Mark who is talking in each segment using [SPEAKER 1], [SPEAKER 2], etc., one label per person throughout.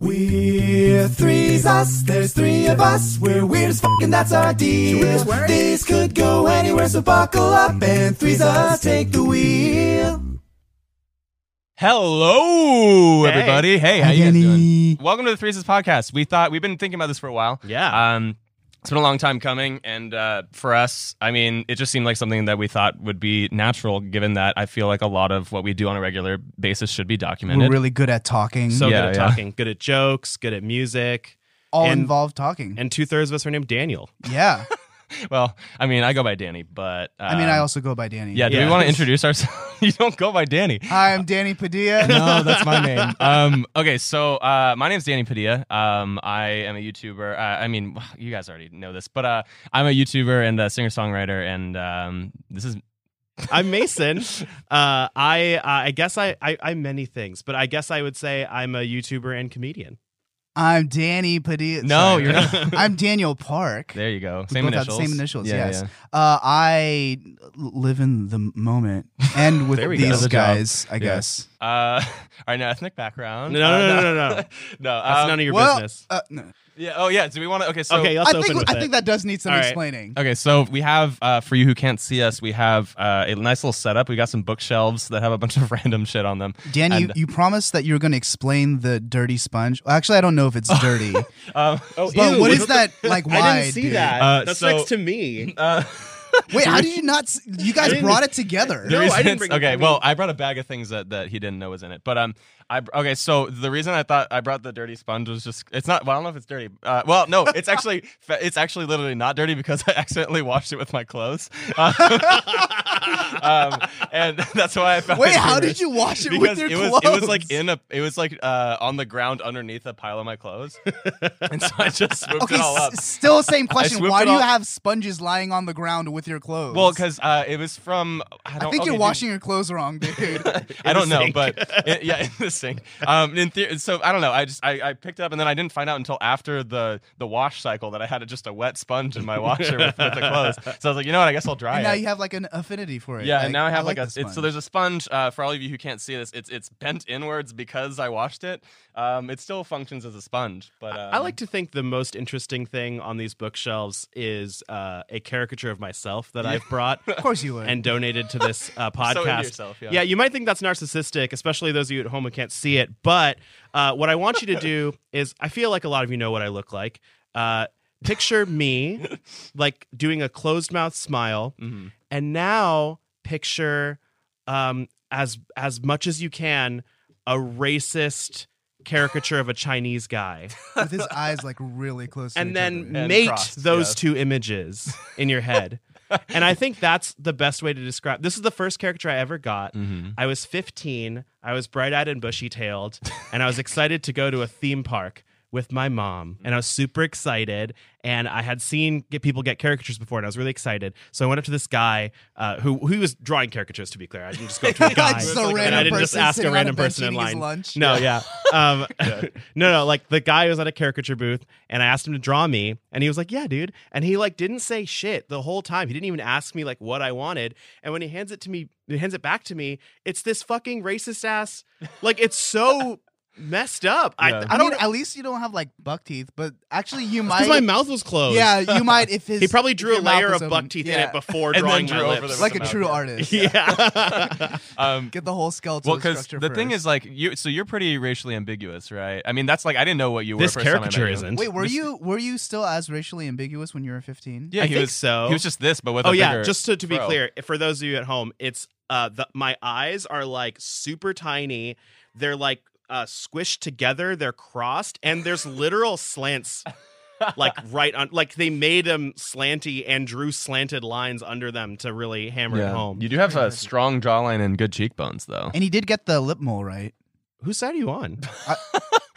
[SPEAKER 1] We're three's us, there's three of us. We're weird as fucking, that's our deal. These could go anywhere, so buckle up and three's us, take the wheel.
[SPEAKER 2] Hello,
[SPEAKER 3] Hey.
[SPEAKER 2] everybody. Hey, how you guys doing? Welcome to the Threeses Podcast. We thought we've been thinking about this for a while.
[SPEAKER 3] Yeah.
[SPEAKER 2] Um, it's been a long time coming, and uh, for us, I mean, it just seemed like something that we thought would be natural, given that I feel like a lot of what we do on a regular basis should be
[SPEAKER 4] We're
[SPEAKER 2] documented.
[SPEAKER 4] really good at talking.
[SPEAKER 3] So
[SPEAKER 2] Yeah,
[SPEAKER 3] good at
[SPEAKER 2] yeah.
[SPEAKER 3] talking, good at jokes, good at music.
[SPEAKER 4] all
[SPEAKER 3] and-
[SPEAKER 4] involved talking.
[SPEAKER 3] And two thirds of us are named Daniel.
[SPEAKER 4] yeah.
[SPEAKER 2] well, I mean, I go by Danny, but uh,
[SPEAKER 4] I mean, I also go by Danny.
[SPEAKER 2] yeah. Do
[SPEAKER 3] yeah.
[SPEAKER 2] we want to introduce ourselves? you don't go by Danny.
[SPEAKER 4] Hi, I'm Danny Padilla.
[SPEAKER 2] no, that's my name. Um, okay, so uh, my name's Danny Padilla. Um, I am a YouTuber. Uh, I mean, you guys already know this, but uh, I'm a YouTuber and a singer songwriter, and um, this is
[SPEAKER 3] I'm Mason. uh, I uh, I guess I, I I'm many things, but I guess I would say I'm a YouTuber and comedian.
[SPEAKER 4] I'm Danny Padilla.
[SPEAKER 2] no,
[SPEAKER 4] Sorry.
[SPEAKER 2] you're not.
[SPEAKER 4] I'm Daniel Park.
[SPEAKER 2] there you go.
[SPEAKER 4] We
[SPEAKER 2] Same
[SPEAKER 4] both have the
[SPEAKER 2] initials.
[SPEAKER 4] same initials,
[SPEAKER 2] Yeah,
[SPEAKER 4] yes.
[SPEAKER 2] yeah.
[SPEAKER 4] Uh, I l- live in the moment and with
[SPEAKER 2] There we go.
[SPEAKER 4] these
[SPEAKER 2] Good job.
[SPEAKER 4] guys, I guess.
[SPEAKER 2] Uh, all right, no ethnic background.
[SPEAKER 3] No, no,
[SPEAKER 2] Uh,
[SPEAKER 3] no, no, no, no.
[SPEAKER 2] no.
[SPEAKER 3] That's
[SPEAKER 2] um,
[SPEAKER 3] none of your
[SPEAKER 4] well,
[SPEAKER 3] business.
[SPEAKER 4] Uh, no.
[SPEAKER 2] yeah. Oh, yeah. Do we want to? Okay, so
[SPEAKER 3] okay, let's
[SPEAKER 4] I
[SPEAKER 3] open
[SPEAKER 4] think
[SPEAKER 3] with
[SPEAKER 4] I
[SPEAKER 3] it.
[SPEAKER 4] think that does need some
[SPEAKER 3] All right.
[SPEAKER 4] explaining.
[SPEAKER 2] Okay, so we have uh, for you who can't see us, we have uh, a nice little setup. We got some bookshelves that have a bunch of random shit on them.
[SPEAKER 4] Danny, you,
[SPEAKER 2] and-
[SPEAKER 4] you promised that you were going to explain the dirty sponge. Well, actually, I don't know if it's dirty,
[SPEAKER 2] Um,
[SPEAKER 3] oh,
[SPEAKER 4] but
[SPEAKER 3] ew,
[SPEAKER 4] what is that like? Wide,
[SPEAKER 3] I didn't see
[SPEAKER 4] dude?
[SPEAKER 3] that.
[SPEAKER 2] Uh,
[SPEAKER 3] That's
[SPEAKER 2] so-
[SPEAKER 3] next to me.
[SPEAKER 2] uh,
[SPEAKER 4] Wait, how did you not? s- You guys
[SPEAKER 3] didn't-
[SPEAKER 4] brought it together.
[SPEAKER 2] The
[SPEAKER 3] No, I
[SPEAKER 2] reason
[SPEAKER 3] didn't
[SPEAKER 2] it's-
[SPEAKER 3] bring it-
[SPEAKER 2] okay,
[SPEAKER 3] I mean-
[SPEAKER 2] well, I brought a bag of things that, that he didn't know was in it. But um, I br- okay. So the reason I thought I brought the dirty sponge was just it's not. Well, I don't know if it's dirty. Uh, well, no, it's actually fa- it's actually literally not dirty because I accidentally washed it with my clothes. Uh, um, and that's why I found.
[SPEAKER 4] Wait,
[SPEAKER 2] it
[SPEAKER 4] how
[SPEAKER 2] humorous.
[SPEAKER 4] did you wash it
[SPEAKER 2] Because
[SPEAKER 4] with your
[SPEAKER 2] it was
[SPEAKER 4] clothes?
[SPEAKER 2] it was like in a it was like uh, on the ground underneath a pile of my clothes, and so I just swooped
[SPEAKER 4] Okay,
[SPEAKER 2] it all up.
[SPEAKER 4] s- still same question.
[SPEAKER 2] swooped
[SPEAKER 4] Why
[SPEAKER 2] it
[SPEAKER 4] do you
[SPEAKER 2] all-
[SPEAKER 4] have sponges lying on the ground with your clothes?
[SPEAKER 2] Well, because uh, it was from I
[SPEAKER 4] I
[SPEAKER 2] don't
[SPEAKER 4] think
[SPEAKER 2] okay,
[SPEAKER 4] you're
[SPEAKER 2] dude.
[SPEAKER 4] washing your clothes wrong, dude.
[SPEAKER 2] I don't
[SPEAKER 3] the
[SPEAKER 2] know,
[SPEAKER 3] sink.
[SPEAKER 2] but it, yeah, in the sink. Um, in theory, so I don't know. I just I, I picked it up and then I didn't find out until after the the wash cycle that I had just a wet sponge in my washer with, with the clothes. So I was like, you know what? I guess I'll dry
[SPEAKER 4] and
[SPEAKER 2] it.
[SPEAKER 4] now you have like an affinity for it.
[SPEAKER 2] yeah, and now I have like,
[SPEAKER 4] this
[SPEAKER 2] a it's, so there's a sponge uh, for all of you who can't see this. It's it's bent inwards because I washed it. Um, it still functions as a sponge, but um,
[SPEAKER 3] I like to think the most interesting thing on these bookshelves is uh, a caricature of myself that I've brought
[SPEAKER 4] of course you would.
[SPEAKER 3] and donated to this uh,
[SPEAKER 2] into
[SPEAKER 3] podcast.
[SPEAKER 2] yourself, yeah.
[SPEAKER 3] you might think that's narcissistic, especially those of you at home who can't see it. But uh, what I want you to do is, I feel like a lot of you know what I look like. Uh, picture me, like doing a closed mouth smile,
[SPEAKER 2] Mhm.
[SPEAKER 3] and now picture um, as as much as you can a racist caricature of a Chinese guy
[SPEAKER 4] with his eyes like really close. to each
[SPEAKER 3] and then
[SPEAKER 4] other.
[SPEAKER 2] And
[SPEAKER 3] mate
[SPEAKER 2] crossed,
[SPEAKER 3] those
[SPEAKER 2] yes.
[SPEAKER 3] two images in your head. and I think that's the best way to describe. This is the first caricature I ever got. I was 15. I was bright-eyed and bushy-tailed, and I was excited to go to a theme park with my mom. And I was super excited. And I had seen get people get caricatures before, and I was really excited. So I went up to this guy uh, who who was drawing caricatures. To be clear, I didn't just go up to a guy.
[SPEAKER 4] just a
[SPEAKER 3] and I
[SPEAKER 4] random
[SPEAKER 3] didn't just
[SPEAKER 4] person
[SPEAKER 3] ask
[SPEAKER 4] sitting
[SPEAKER 3] a
[SPEAKER 4] on a
[SPEAKER 3] random
[SPEAKER 4] bench
[SPEAKER 3] person in
[SPEAKER 4] eating his
[SPEAKER 3] line.
[SPEAKER 4] lunch.
[SPEAKER 3] No, yeah. Um, no, no. Like the guy was at a caricature booth, and I asked him to draw me, and he was like, "Yeah, dude." And he like didn't say shit the whole time. He didn't even ask me like what I wanted. And when he hands it to me, he hands it back to me. It's this fucking racist ass. Like it's so messed up.
[SPEAKER 2] Yeah.
[SPEAKER 3] I, I don't.
[SPEAKER 4] mean, at least you don't have like buck teeth, but actually you might.
[SPEAKER 3] Because my mouth was closed.
[SPEAKER 4] yeah, you might if his.
[SPEAKER 3] He probably
[SPEAKER 4] if
[SPEAKER 3] drew a
[SPEAKER 4] your mouth
[SPEAKER 3] layer
[SPEAKER 4] was
[SPEAKER 3] of buck
[SPEAKER 4] open.
[SPEAKER 3] teeth in
[SPEAKER 4] Yeah.
[SPEAKER 3] it before
[SPEAKER 2] And then
[SPEAKER 3] drawing
[SPEAKER 2] drew
[SPEAKER 3] my
[SPEAKER 2] over
[SPEAKER 3] lips.
[SPEAKER 2] the-
[SPEAKER 4] Like a
[SPEAKER 2] Somehow,
[SPEAKER 4] true
[SPEAKER 2] yeah.
[SPEAKER 4] artist.
[SPEAKER 3] yeah.
[SPEAKER 2] um,
[SPEAKER 4] Get the whole skeletal
[SPEAKER 2] well, because
[SPEAKER 4] structure
[SPEAKER 2] the thing
[SPEAKER 4] first.
[SPEAKER 2] is like you. So you're pretty racially ambiguous, right? I mean, that's like I didn't know what you were.
[SPEAKER 3] this
[SPEAKER 2] first time I met
[SPEAKER 3] caricature
[SPEAKER 2] you.
[SPEAKER 3] isn't.
[SPEAKER 4] Wait, were you were you still as racially ambiguous when you were 15?
[SPEAKER 2] Yeah,
[SPEAKER 3] I
[SPEAKER 2] he
[SPEAKER 3] think
[SPEAKER 2] was
[SPEAKER 3] so.
[SPEAKER 2] He was just this, but with
[SPEAKER 3] oh
[SPEAKER 2] a
[SPEAKER 3] yeah
[SPEAKER 2] bigger
[SPEAKER 3] just to, to be
[SPEAKER 2] fro.
[SPEAKER 3] clear for those of you at home it's uh the, my eyes are like super tiny they're like uh squished together they're crossed and there's literal slants like right on like they made them slanty and drew slanted lines under them to really hammer it home
[SPEAKER 2] You do have a strong jawline and good cheekbones, though.
[SPEAKER 4] And he did get the lip mole right.
[SPEAKER 3] whose side are you on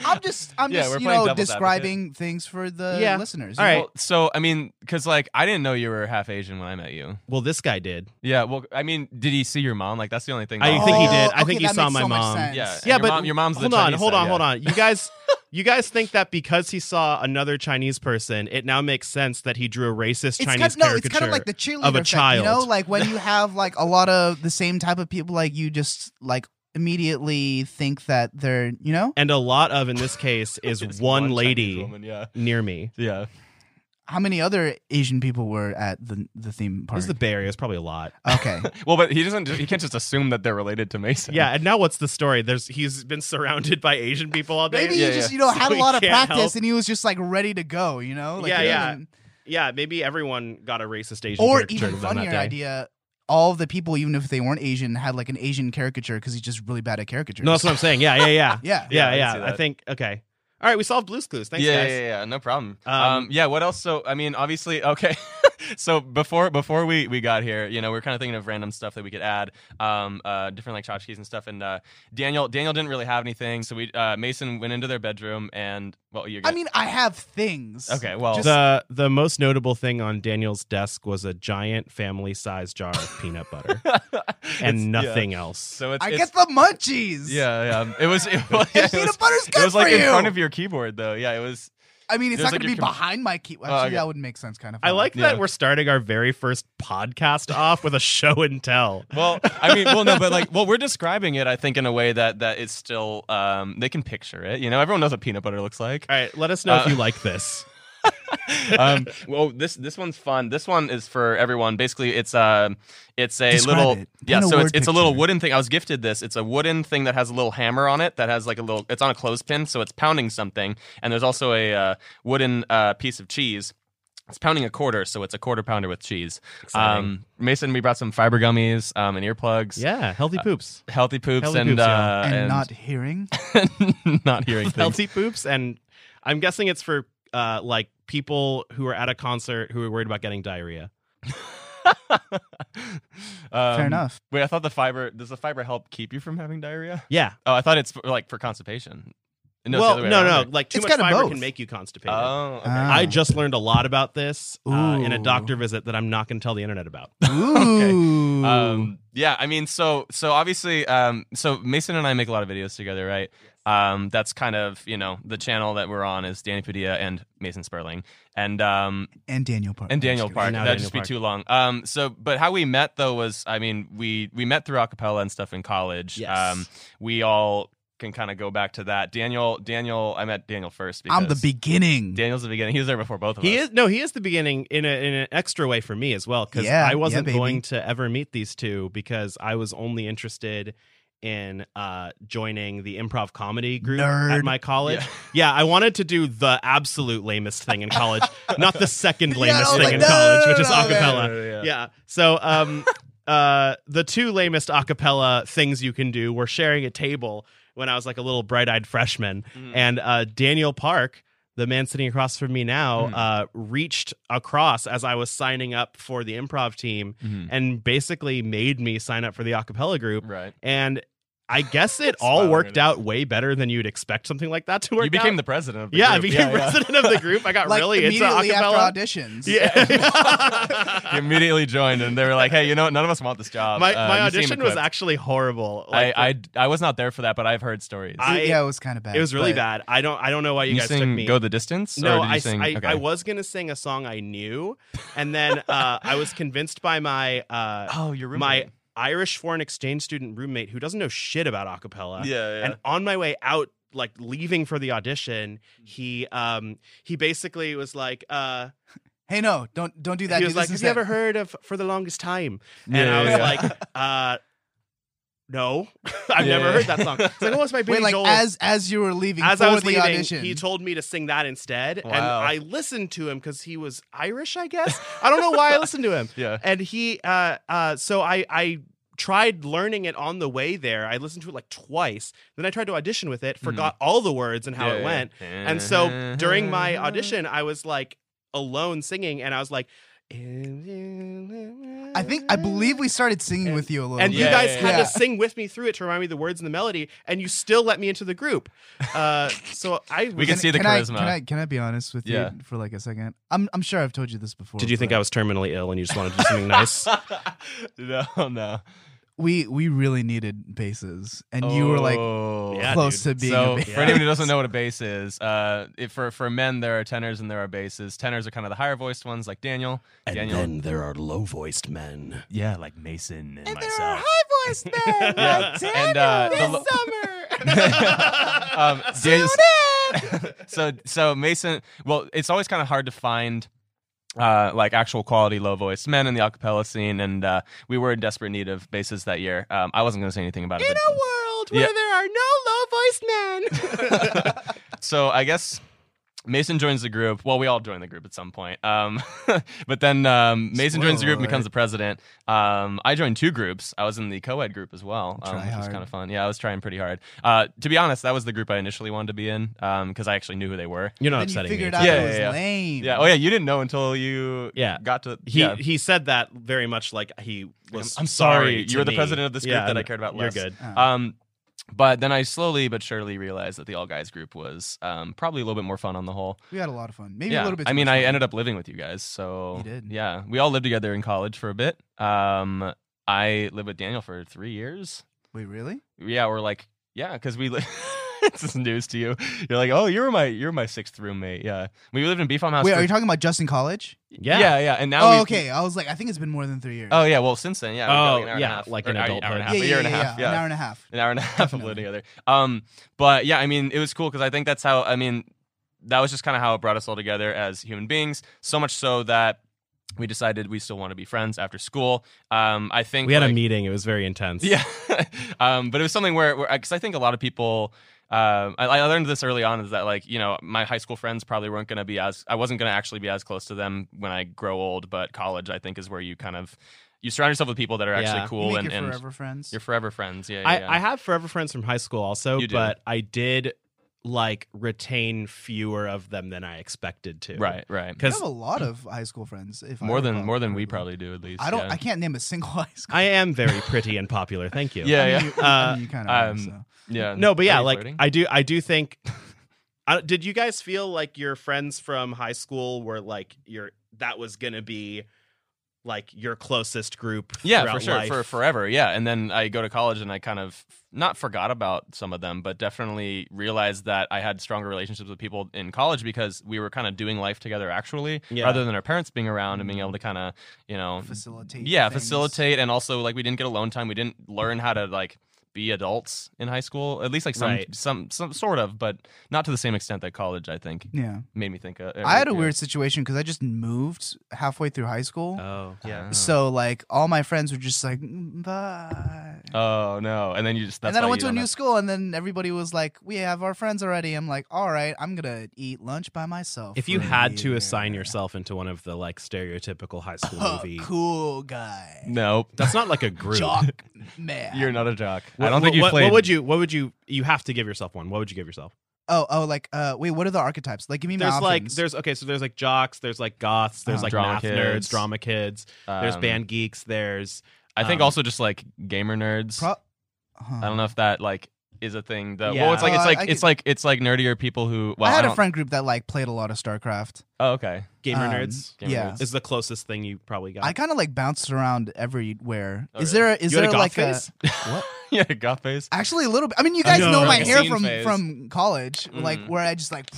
[SPEAKER 4] I'm just I'm
[SPEAKER 2] Yeah, we're
[SPEAKER 4] just you
[SPEAKER 2] playing
[SPEAKER 4] know
[SPEAKER 2] devil's
[SPEAKER 4] describing things for the
[SPEAKER 3] Yeah.
[SPEAKER 4] listeners.
[SPEAKER 3] All
[SPEAKER 4] you know?
[SPEAKER 3] right.
[SPEAKER 2] so, I mean, because like I didn't know you were half Asian when I met you.
[SPEAKER 3] well this guy did
[SPEAKER 2] Yeah. Well, I mean, did he see your mom? Like that's the only thing.
[SPEAKER 3] I
[SPEAKER 2] that-
[SPEAKER 3] think he
[SPEAKER 4] Oh,
[SPEAKER 3] did. I
[SPEAKER 4] okay,
[SPEAKER 3] think he
[SPEAKER 4] that
[SPEAKER 3] saw
[SPEAKER 4] makes
[SPEAKER 3] my
[SPEAKER 4] so much
[SPEAKER 3] mom.
[SPEAKER 4] sense.
[SPEAKER 2] Yeah. and
[SPEAKER 3] yeah,
[SPEAKER 2] your
[SPEAKER 3] but
[SPEAKER 2] mom- your mom's the
[SPEAKER 3] hold on,
[SPEAKER 2] Chinese
[SPEAKER 3] hold
[SPEAKER 2] side,
[SPEAKER 3] on,
[SPEAKER 2] yeah.
[SPEAKER 3] hold on. You guys, you guys think that because he saw another Chinese person, it now makes sense that he drew a racist
[SPEAKER 4] It's
[SPEAKER 3] Chinese
[SPEAKER 4] kind, no, it's
[SPEAKER 3] caricature
[SPEAKER 4] kind of like the cheerleader
[SPEAKER 3] of a
[SPEAKER 4] effect,
[SPEAKER 3] child.
[SPEAKER 4] You know, like when you have like a lot of the same type of people, like you just like immediately think that they're, you know,
[SPEAKER 3] and a lot of in this case is
[SPEAKER 2] It's
[SPEAKER 3] one,
[SPEAKER 2] Chinese
[SPEAKER 3] lady
[SPEAKER 2] woman, yeah,
[SPEAKER 3] near me.
[SPEAKER 2] yeah.
[SPEAKER 4] how many other Asian people were at the the theme
[SPEAKER 3] This
[SPEAKER 4] park?
[SPEAKER 3] is the Bay Area. It's probably a lot.
[SPEAKER 4] okay.
[SPEAKER 2] Well, but he doesn't. He can't just assume that they're related to Mason.
[SPEAKER 3] Yeah, and now what's the story? There's he's been surrounded by Asian people all day.
[SPEAKER 4] Maybe
[SPEAKER 2] Yeah,
[SPEAKER 4] he just,
[SPEAKER 2] yeah.
[SPEAKER 4] you know, had
[SPEAKER 3] So
[SPEAKER 4] a
[SPEAKER 3] he
[SPEAKER 4] lot of
[SPEAKER 3] can't
[SPEAKER 4] practice
[SPEAKER 3] help.
[SPEAKER 4] and he was just like ready to go, you know? Like,
[SPEAKER 3] Yeah,
[SPEAKER 4] it
[SPEAKER 3] yeah.
[SPEAKER 4] doesn't-
[SPEAKER 3] Yeah, maybe everyone got a racist Asian
[SPEAKER 4] Or
[SPEAKER 3] character
[SPEAKER 4] even
[SPEAKER 3] on that
[SPEAKER 4] funnier
[SPEAKER 3] day.
[SPEAKER 4] idea. All the people, even if they weren't Asian, had like an Asian caricature because he's just really bad at caricatures.
[SPEAKER 3] No, that's what I'm saying. Yeah, yeah, yeah.
[SPEAKER 4] yeah.
[SPEAKER 3] yeah,
[SPEAKER 2] Yeah, I
[SPEAKER 3] yeah.
[SPEAKER 2] can see
[SPEAKER 3] I
[SPEAKER 2] that.
[SPEAKER 3] think okay. All right, we solved Blue's Clues. Thanks,
[SPEAKER 2] yeah,
[SPEAKER 3] guys.
[SPEAKER 2] yeah, yeah, yeah, no problem.
[SPEAKER 3] Um,
[SPEAKER 2] Um, yeah, what else? So, I mean, obviously, okay. so before before we we got here, you know, we were kind of thinking of random stuff that we could add, um, uh, different like tchotchkes and stuff. And uh, Daniel Daniel didn't really have anything, so we uh, Mason went into their bedroom and well, you're.
[SPEAKER 4] I
[SPEAKER 2] Gonna,
[SPEAKER 4] mean, I have things.
[SPEAKER 2] okay, well,
[SPEAKER 4] just-
[SPEAKER 3] The the most notable thing on Daniel's desk was a giant family sized jar of peanut butter
[SPEAKER 2] it's- yeah.
[SPEAKER 3] and nothing else.
[SPEAKER 2] So it's,
[SPEAKER 4] I
[SPEAKER 2] it's-
[SPEAKER 4] get the munchies.
[SPEAKER 2] Yeah, yeah. um, It was. It was, yeah, it
[SPEAKER 4] peanut
[SPEAKER 2] was,
[SPEAKER 4] butter's
[SPEAKER 2] it
[SPEAKER 4] good
[SPEAKER 2] was like
[SPEAKER 4] for
[SPEAKER 2] in
[SPEAKER 4] you.
[SPEAKER 2] front of your keyboard, though. Yeah, it was.
[SPEAKER 4] I mean, it's not
[SPEAKER 2] There's like
[SPEAKER 4] going to
[SPEAKER 2] your
[SPEAKER 4] be
[SPEAKER 2] com-
[SPEAKER 4] behind my key. Actually,
[SPEAKER 2] okay.
[SPEAKER 4] that would make sense. Kind of.
[SPEAKER 3] I like that
[SPEAKER 2] Yeah.
[SPEAKER 3] we're starting our very first podcast off with a show and tell.
[SPEAKER 2] Well, I mean, well, no, but like, well, we're describing it, I think, in a way that that is still, um, they can picture it. You know, everyone knows what peanut butter looks like.
[SPEAKER 3] All right, let us know
[SPEAKER 2] Uh,
[SPEAKER 3] if you like this.
[SPEAKER 2] um, well, this this one's fun. This one is for everyone. Basically, it's um, it's a
[SPEAKER 4] Describe
[SPEAKER 2] little
[SPEAKER 4] it.
[SPEAKER 2] yeah.
[SPEAKER 4] In a
[SPEAKER 2] So it's,
[SPEAKER 4] word
[SPEAKER 2] it's a little
[SPEAKER 4] picture.
[SPEAKER 2] wooden thing. I was gifted this. It's a wooden thing that has a little hammer on it that has like a little. It's on a clothespin, so it's pounding something. And there's also a uh, wooden uh, piece of cheese. It's pounding a quarter, so it's a quarter pounder with cheese.
[SPEAKER 3] Exciting.
[SPEAKER 2] Um, Mason, we brought some fiber gummies um, and earplugs.
[SPEAKER 3] Yeah, healthy poops.
[SPEAKER 2] Healthy poops
[SPEAKER 3] Healthy
[SPEAKER 2] and
[SPEAKER 3] poops, yeah.
[SPEAKER 2] uh,
[SPEAKER 4] and, not hearing.
[SPEAKER 2] not not hearing things.
[SPEAKER 3] healthy poops and I'm guessing it's for uh like people who are at a concert who are worried about getting diarrhea.
[SPEAKER 4] Fair
[SPEAKER 2] Um,
[SPEAKER 4] enough.
[SPEAKER 2] Wait, I thought the fiber does the fiber help keep you from having diarrhea?
[SPEAKER 3] Yeah.
[SPEAKER 2] Oh, I thought it's for, like for constipation. No, it's the
[SPEAKER 3] well,
[SPEAKER 2] other way
[SPEAKER 3] no,
[SPEAKER 2] around,
[SPEAKER 3] no,
[SPEAKER 2] right?
[SPEAKER 3] like too
[SPEAKER 4] It's
[SPEAKER 3] much
[SPEAKER 4] kinda
[SPEAKER 3] fiber
[SPEAKER 4] both.
[SPEAKER 3] can make you constipated.
[SPEAKER 2] Oh, okay.
[SPEAKER 4] Ah.
[SPEAKER 3] I just learned a lot about this uh, in a
[SPEAKER 4] Ooh.
[SPEAKER 3] doctor visit that I'm not going to tell the internet about.
[SPEAKER 4] Ooh.
[SPEAKER 2] um, yeah, I mean, so so obviously, um, so Mason and I make a lot of videos together, right? Um, that's kind of you know the channel that we're on is Danny Padilla and Mason Sperling, and um,
[SPEAKER 4] and Daniel Park.
[SPEAKER 2] and Daniel Park.
[SPEAKER 3] And now
[SPEAKER 2] That'd
[SPEAKER 3] Daniel
[SPEAKER 2] just be
[SPEAKER 3] Park.
[SPEAKER 2] too long. Um, so, but how we met though was, I mean, we we met through acapella and stuff in college.
[SPEAKER 3] Yes.
[SPEAKER 2] Um, we all can kind of go back to that. Daniel, Daniel, I met Daniel first. Because
[SPEAKER 4] I'm the beginning.
[SPEAKER 2] Daniel's the beginning. He was there before both of
[SPEAKER 3] He
[SPEAKER 2] us.
[SPEAKER 3] is no, he is the beginning in, a, in an extra way for me as well because
[SPEAKER 4] Yeah,
[SPEAKER 3] I wasn't
[SPEAKER 4] yeah, baby.
[SPEAKER 3] going to ever meet these two because I was only interested in uh, joining the improv comedy group at
[SPEAKER 4] Nerd.
[SPEAKER 3] my college.
[SPEAKER 2] Yeah.
[SPEAKER 3] Yeah. I wanted to do the absolute lamest thing in college, not the second
[SPEAKER 4] Yeah,
[SPEAKER 3] lamest
[SPEAKER 4] I was
[SPEAKER 3] thing
[SPEAKER 4] like,
[SPEAKER 3] in
[SPEAKER 4] no,
[SPEAKER 3] college,
[SPEAKER 4] no,
[SPEAKER 3] which
[SPEAKER 4] no,
[SPEAKER 3] is
[SPEAKER 4] no, okay.
[SPEAKER 3] acapella.
[SPEAKER 2] Yeah.
[SPEAKER 3] yeah. So um uh the two lamest acapella things you can do were sharing a table when I was like a little bright-eyed freshman
[SPEAKER 4] Mm.
[SPEAKER 2] Mhm.
[SPEAKER 3] and uh Daniel Park the man sitting across from me now
[SPEAKER 4] Mm.
[SPEAKER 2] Mhm.
[SPEAKER 3] uh, reached across as I was signing up for the improv team
[SPEAKER 2] Mhm.
[SPEAKER 3] and basically made me sign up for the acapella group.
[SPEAKER 2] Right.
[SPEAKER 3] And I guess it
[SPEAKER 2] Spot
[SPEAKER 3] all
[SPEAKER 2] on, right?
[SPEAKER 3] worked out way better than you'd expect something like that to work
[SPEAKER 2] You became
[SPEAKER 3] out.
[SPEAKER 2] the president of the
[SPEAKER 3] yeah, I
[SPEAKER 2] group.
[SPEAKER 3] became president of the group. I got
[SPEAKER 4] Like
[SPEAKER 3] really into
[SPEAKER 4] immediately
[SPEAKER 3] acapella.
[SPEAKER 4] after auditions.
[SPEAKER 3] Yeah.
[SPEAKER 2] you immediately joined, and they were like, "Hey, you know, what? none of us want this job."
[SPEAKER 3] my,
[SPEAKER 2] Uh,
[SPEAKER 3] my
[SPEAKER 2] you seem
[SPEAKER 3] audition was
[SPEAKER 2] equipped."
[SPEAKER 3] actually horrible. Like,
[SPEAKER 2] I, I I was not there for that, but I've heard stories.
[SPEAKER 3] I-
[SPEAKER 4] It- yeah, it was kind of bad.
[SPEAKER 3] it was really
[SPEAKER 4] but-
[SPEAKER 3] bad. I don't I don't know why you,
[SPEAKER 2] you
[SPEAKER 3] guys
[SPEAKER 2] sing
[SPEAKER 3] took me.
[SPEAKER 2] "Go the Distance"? or
[SPEAKER 3] no,
[SPEAKER 2] did you
[SPEAKER 3] I,
[SPEAKER 2] sing,
[SPEAKER 3] I,
[SPEAKER 2] okay.
[SPEAKER 3] I was gonna sing a song I knew, and then uh, I was convinced by my uh,
[SPEAKER 2] Oh, your
[SPEAKER 3] my
[SPEAKER 2] roommate.
[SPEAKER 3] Irish foreign exchange student roommate who doesn't know shit about acapella.
[SPEAKER 2] yeah, yeah.
[SPEAKER 3] And on my way out, like leaving for the audition, he um he basically was like uh
[SPEAKER 4] Hey, no, don't don't do that.
[SPEAKER 3] he
[SPEAKER 4] dude.
[SPEAKER 3] was like,
[SPEAKER 4] This is
[SPEAKER 3] Have you
[SPEAKER 4] it."
[SPEAKER 3] ever heard of For the Longest Time?
[SPEAKER 2] Yeah,
[SPEAKER 3] and I was
[SPEAKER 2] yeah, yeah.
[SPEAKER 3] like, uh no, I've
[SPEAKER 2] Yeah,
[SPEAKER 3] never
[SPEAKER 2] yeah.
[SPEAKER 3] heard that song. It's like, oh, it's my Billy
[SPEAKER 4] Wait, like
[SPEAKER 3] Joel
[SPEAKER 4] as as you were leaving
[SPEAKER 3] as
[SPEAKER 4] for
[SPEAKER 3] I was
[SPEAKER 4] the
[SPEAKER 3] leaving,
[SPEAKER 4] audition,
[SPEAKER 3] he told me to sing that instead, and
[SPEAKER 2] Wow.
[SPEAKER 3] I listened to him because he was Irish, I guess. I don't know why I listened to him,
[SPEAKER 2] yeah.
[SPEAKER 3] and he, uh, uh, so I, I tried learning it on the way there. I listened to it like twice. Then I tried to audition with
[SPEAKER 4] Hmm.
[SPEAKER 3] it, forgot all the words and how
[SPEAKER 2] Yeah,
[SPEAKER 3] it
[SPEAKER 2] yeah.
[SPEAKER 3] went, and so during my audition, I was like alone singing, and I was like. I
[SPEAKER 4] I think I believe we started singing
[SPEAKER 3] And-
[SPEAKER 4] with you a little.
[SPEAKER 3] and
[SPEAKER 4] bit.
[SPEAKER 3] you
[SPEAKER 2] Oh, Yeah,
[SPEAKER 3] guys
[SPEAKER 2] yeah,
[SPEAKER 3] had
[SPEAKER 4] yeah.
[SPEAKER 3] to sing with me through it to remind me the words and the melody, and you still let me into the group. Uh, so I
[SPEAKER 2] We can see the
[SPEAKER 4] I-
[SPEAKER 2] charisma.
[SPEAKER 4] can I can I be honest with
[SPEAKER 2] Yeah.
[SPEAKER 4] you for like a second? I'm I'm sure I've told you this before.
[SPEAKER 3] Did you think
[SPEAKER 4] but
[SPEAKER 3] I was terminally ill and you just wanted to do something nice?
[SPEAKER 2] no, no.
[SPEAKER 4] we we really needed bases, and you were like
[SPEAKER 2] Oh.
[SPEAKER 3] Yeah,
[SPEAKER 4] close
[SPEAKER 3] dude.
[SPEAKER 4] to being
[SPEAKER 2] so
[SPEAKER 4] a bass.
[SPEAKER 2] for anyone who doesn't know what a bass is, uh, if for for men there are tenors and there are basses. Tenors are kind of the higher voiced ones, like Daniel. Daniel,
[SPEAKER 3] there are low voiced men.
[SPEAKER 2] yeah, like Mason
[SPEAKER 4] And
[SPEAKER 2] and,
[SPEAKER 4] there are
[SPEAKER 2] myself.
[SPEAKER 4] high
[SPEAKER 1] horsemen
[SPEAKER 2] Yeah.
[SPEAKER 1] like Teddy
[SPEAKER 2] And, uh, the
[SPEAKER 1] this summer.
[SPEAKER 2] lo- um, Daniel- so so Mason. Well, it's always kind of hard to find. Uh, like actual quality low voice men in the acapella scene, and uh, we were in desperate need of basses that year. Um, I wasn't going to say anything about it.
[SPEAKER 3] in
[SPEAKER 2] but-
[SPEAKER 3] a world where
[SPEAKER 2] Yeah.
[SPEAKER 3] there are no low voiced men.
[SPEAKER 2] so I guess Mason joins the group. Well, we all join the group at some point. Um, but then um, Mason joins the group and
[SPEAKER 4] Spoiler
[SPEAKER 2] becomes
[SPEAKER 4] alert.
[SPEAKER 2] the president. Um, I joined two groups. I was in the co-ed group as well, um,
[SPEAKER 4] Try
[SPEAKER 2] which was
[SPEAKER 4] hard.
[SPEAKER 2] kind of fun. Yeah, I was trying pretty hard. Uh, to be honest, that was the group I initially wanted to be in because I actually knew who they were.
[SPEAKER 3] You're
[SPEAKER 4] Then
[SPEAKER 3] not
[SPEAKER 4] you
[SPEAKER 3] upsetting me.
[SPEAKER 4] figured out
[SPEAKER 2] Yeah,
[SPEAKER 4] it was
[SPEAKER 2] yeah, yeah.
[SPEAKER 4] lame.
[SPEAKER 2] Yeah. Oh yeah, you didn't know until you
[SPEAKER 3] Yeah.
[SPEAKER 2] got to
[SPEAKER 3] He
[SPEAKER 2] yeah.
[SPEAKER 3] he said that very much like he was.
[SPEAKER 2] I'm sorry,
[SPEAKER 3] to
[SPEAKER 2] you were the
[SPEAKER 3] me.
[SPEAKER 2] president of this group that I cared about
[SPEAKER 3] You're
[SPEAKER 2] less.
[SPEAKER 3] good.
[SPEAKER 4] Oh.
[SPEAKER 2] Um, but then I slowly but surely realized that the all guys group was um, probably a little bit more fun on the whole.
[SPEAKER 4] we had a lot of fun. Maybe
[SPEAKER 2] yeah.
[SPEAKER 4] a little bit.
[SPEAKER 2] I mean, I ended up living with you guys, so
[SPEAKER 4] You did.
[SPEAKER 2] yeah, we all lived together in college for a bit. Um, I lived with Daniel for three years.
[SPEAKER 4] Wait, really?
[SPEAKER 2] Yeah, we're like, yeah, because we. Li- this is news to you. You're like, oh, you were my, you're my sixth roommate. Yeah, we lived in B Farm House.
[SPEAKER 4] Wait,
[SPEAKER 2] for-
[SPEAKER 4] are you talking about just in college?
[SPEAKER 3] Yeah.
[SPEAKER 2] yeah, yeah, and now.
[SPEAKER 4] oh,
[SPEAKER 2] we-
[SPEAKER 4] okay. I was like, I think it's been more than three years.
[SPEAKER 2] Oh yeah, well since then, yeah.
[SPEAKER 3] Oh,
[SPEAKER 2] we've got, like, an hour and a half, or hour-
[SPEAKER 3] yeah, like an adulthour and a
[SPEAKER 2] hour and a half, a year and a half,
[SPEAKER 4] An hour and a half.
[SPEAKER 2] an hour and a half of
[SPEAKER 4] Definitely.
[SPEAKER 2] living together. Um, but yeah, I mean, it was cool because I think that's how I mean, that was just kind of how it brought us all together as human beings. So much so that we decided we still want to be friends after school. Um, I think
[SPEAKER 3] We had a
[SPEAKER 2] like-
[SPEAKER 3] meeting. It was very intense.
[SPEAKER 2] Yeah, um, but it was something where because I think a lot of people. Um, I, I learned this early on is that like you know my high school friends probably weren't going to be as I wasn't going to actually be as close to them when I grow old, but college I think is where you kind of you surround yourself with people that are
[SPEAKER 3] Yeah.
[SPEAKER 2] actually
[SPEAKER 4] You
[SPEAKER 2] cool
[SPEAKER 4] make
[SPEAKER 2] and,
[SPEAKER 4] your
[SPEAKER 2] and
[SPEAKER 4] forever friends.
[SPEAKER 2] you're forever friends. Yeah, yeah, yeah.
[SPEAKER 3] I, I have forever friends from high school also,
[SPEAKER 2] You do.
[SPEAKER 3] but I did like retain fewer of them than I expected to.
[SPEAKER 2] right, right.
[SPEAKER 4] I
[SPEAKER 3] Because
[SPEAKER 4] have a lot of high school friends. If I
[SPEAKER 2] more than
[SPEAKER 4] recall
[SPEAKER 2] more than we
[SPEAKER 4] correctly.
[SPEAKER 2] probably do at least.
[SPEAKER 4] I don't.
[SPEAKER 2] Yeah.
[SPEAKER 4] I can't name a single high school.
[SPEAKER 3] I am very pretty and popular. Thank you.
[SPEAKER 2] yeah,
[SPEAKER 4] I
[SPEAKER 2] yeah,
[SPEAKER 4] mean, you, I
[SPEAKER 3] Uh,
[SPEAKER 4] mean, you kind of.
[SPEAKER 2] um,
[SPEAKER 4] so.
[SPEAKER 2] yeah.
[SPEAKER 3] No, but
[SPEAKER 2] Are
[SPEAKER 3] yeah,
[SPEAKER 2] you
[SPEAKER 3] like
[SPEAKER 2] flirting?
[SPEAKER 3] I do. I do think. I, don't- did you guys feel like your friends from high school were like your that was gonna be like your closest group?
[SPEAKER 2] yeah, for
[SPEAKER 3] throughout
[SPEAKER 2] sure,
[SPEAKER 3] life?
[SPEAKER 2] for forever, yeah. And then I go to college, and I kind of not forgot about some of them, but definitely realized that I had stronger relationships with people in college because we were kind of doing life together, actually,
[SPEAKER 3] Yeah. Mm.
[SPEAKER 2] rather than our parents being around and being able to kind of, you know,
[SPEAKER 4] Facilitate.
[SPEAKER 2] um, yeah,
[SPEAKER 4] things.
[SPEAKER 2] facilitate, and also like we didn't get alone time. We didn't learn how to like be adults in high school, at least like some
[SPEAKER 3] Right.
[SPEAKER 2] some some sort of, but not to the same extent that college. I think
[SPEAKER 4] Yeah.
[SPEAKER 2] made me think. Of,
[SPEAKER 4] I had a
[SPEAKER 2] yeah.
[SPEAKER 4] weird situation because I just moved halfway through high school.
[SPEAKER 3] Oh yeah.
[SPEAKER 2] Ah.
[SPEAKER 4] So like all my friends were just like "Mm, bye.
[SPEAKER 2] Oh no! And then you just that's
[SPEAKER 4] and then I
[SPEAKER 2] why
[SPEAKER 4] went
[SPEAKER 2] you
[SPEAKER 4] to a
[SPEAKER 2] don't
[SPEAKER 4] new
[SPEAKER 2] have-
[SPEAKER 4] school, and then everybody was like, "We have our friends already." I'm like, "All right, I'm gonna eat lunch by myself."
[SPEAKER 3] Oh, If you
[SPEAKER 4] for a
[SPEAKER 3] had to
[SPEAKER 4] year."
[SPEAKER 3] assign yourself into one of the like stereotypical high school
[SPEAKER 4] Huh,
[SPEAKER 3] movie,
[SPEAKER 4] cool guy,
[SPEAKER 2] Nope,
[SPEAKER 3] that's not like a group.
[SPEAKER 4] jock man.
[SPEAKER 2] you're not a jock.
[SPEAKER 3] What-
[SPEAKER 2] I don't think
[SPEAKER 3] what-
[SPEAKER 2] you
[SPEAKER 3] what,
[SPEAKER 2] played.
[SPEAKER 3] What would you? What would you? You have to give yourself one. What would you give yourself?
[SPEAKER 4] oh, oh, like, uh, wait, what are the archetypes? Like, give me
[SPEAKER 3] there's
[SPEAKER 4] my
[SPEAKER 3] like
[SPEAKER 4] options.
[SPEAKER 3] there's okay so there's like jocks there's like goths there's
[SPEAKER 4] Uh,
[SPEAKER 3] like
[SPEAKER 2] Drama
[SPEAKER 3] math
[SPEAKER 2] kids.
[SPEAKER 3] nerds drama kids there's
[SPEAKER 2] Um,
[SPEAKER 3] band geeks there's
[SPEAKER 2] I think
[SPEAKER 3] um,
[SPEAKER 2] also just like gamer nerds.
[SPEAKER 4] Pro-
[SPEAKER 2] I don't know if that like is a thing. Though.
[SPEAKER 3] Yeah.
[SPEAKER 2] Well, it's like it's
[SPEAKER 4] Uh,
[SPEAKER 2] like
[SPEAKER 4] I
[SPEAKER 2] it's
[SPEAKER 4] could-
[SPEAKER 2] like it's like nerdier people who. Well,
[SPEAKER 4] I had a
[SPEAKER 2] don't-
[SPEAKER 4] friend group that like played a lot of StarCraft.
[SPEAKER 2] Oh, okay.
[SPEAKER 3] gamer
[SPEAKER 4] um,
[SPEAKER 3] nerds
[SPEAKER 2] Gamer
[SPEAKER 4] yeah.
[SPEAKER 2] nerds.
[SPEAKER 3] is the closest thing you probably got
[SPEAKER 4] I kind of like bounced around everywhere.
[SPEAKER 2] Oh,
[SPEAKER 4] is
[SPEAKER 2] really?
[SPEAKER 4] there is
[SPEAKER 3] you had
[SPEAKER 4] there
[SPEAKER 3] a goth
[SPEAKER 4] like
[SPEAKER 3] phase?
[SPEAKER 4] a what?
[SPEAKER 2] yeah, goth face.
[SPEAKER 4] Actually, a little bit. I mean, you
[SPEAKER 2] I
[SPEAKER 4] guys
[SPEAKER 3] know,
[SPEAKER 4] know my
[SPEAKER 3] right?
[SPEAKER 4] hair
[SPEAKER 2] Scene
[SPEAKER 4] from
[SPEAKER 2] phase.
[SPEAKER 4] from college, like
[SPEAKER 2] Mhm.
[SPEAKER 4] where I just like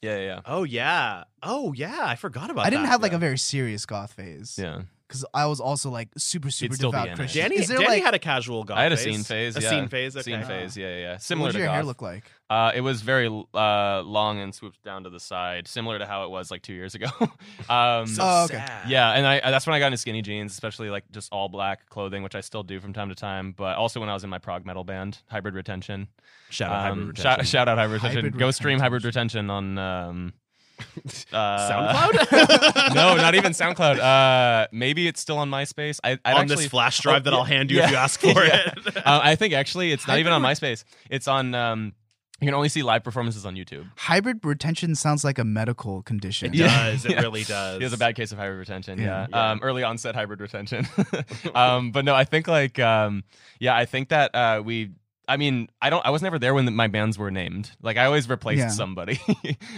[SPEAKER 2] Yeah, yeah,
[SPEAKER 3] oh yeah oh yeah i forgot about
[SPEAKER 4] I didn't
[SPEAKER 3] that.
[SPEAKER 4] have like
[SPEAKER 2] yeah.
[SPEAKER 4] a very serious goth phase.
[SPEAKER 2] yeah.
[SPEAKER 4] because I was also like super super
[SPEAKER 2] still be in
[SPEAKER 4] devout
[SPEAKER 2] it.
[SPEAKER 4] Christian.
[SPEAKER 3] danny,
[SPEAKER 4] is there
[SPEAKER 3] danny
[SPEAKER 4] like
[SPEAKER 3] had a casual goth
[SPEAKER 2] I had a
[SPEAKER 3] phase.
[SPEAKER 2] scene phase.
[SPEAKER 3] a
[SPEAKER 2] yeah.
[SPEAKER 3] scene phase okay.
[SPEAKER 2] Scene phase. Yeah, yeah, yeah. Similar
[SPEAKER 4] what did
[SPEAKER 2] to
[SPEAKER 4] your
[SPEAKER 2] goth.
[SPEAKER 4] hair look like?
[SPEAKER 2] Uh, it was very uh, long and swooped down to the side, similar to how it was like two years ago. um,
[SPEAKER 3] so
[SPEAKER 4] Oh, okay.
[SPEAKER 3] sad.
[SPEAKER 2] Yeah, and I, that's when I got into skinny jeans, especially like just all black clothing, which I still do from time to time. But also when I was in my prog metal band, Hybrid Retention.
[SPEAKER 3] shout out
[SPEAKER 2] Um,
[SPEAKER 3] hybrid
[SPEAKER 2] Shout, shout out Hybrid Retention.
[SPEAKER 4] Hybrid
[SPEAKER 2] Go stream
[SPEAKER 4] Retention.
[SPEAKER 2] Hybrid Retention on. Um, uh,
[SPEAKER 3] soundcloud
[SPEAKER 2] no, not even SoundCloud. Uh, maybe it's still on MySpace. I, I
[SPEAKER 3] on
[SPEAKER 2] actually, Oh,
[SPEAKER 3] this flash drive that
[SPEAKER 2] yeah,
[SPEAKER 3] i'll hand you
[SPEAKER 2] yeah,
[SPEAKER 3] if you ask for
[SPEAKER 2] yeah.
[SPEAKER 3] it
[SPEAKER 2] Uh, I think actually it's not even on
[SPEAKER 4] Hybrid
[SPEAKER 2] MySpace. It's on. Um, you can only see live performances on YouTube.
[SPEAKER 4] Hybrid retention sounds like a medical condition.
[SPEAKER 2] Yeah.
[SPEAKER 3] does it
[SPEAKER 2] Yeah.
[SPEAKER 3] really does
[SPEAKER 2] He has a bad case of hybrid retention.
[SPEAKER 4] Yeah.
[SPEAKER 2] Yeah.
[SPEAKER 3] Yeah.
[SPEAKER 2] Um, early onset hybrid retention. um, but no, I think like, um, yeah, I think that uh, we. I mean, I don't. I was never there when my bands were named. Like, I always replaced
[SPEAKER 4] Yeah.
[SPEAKER 2] somebody.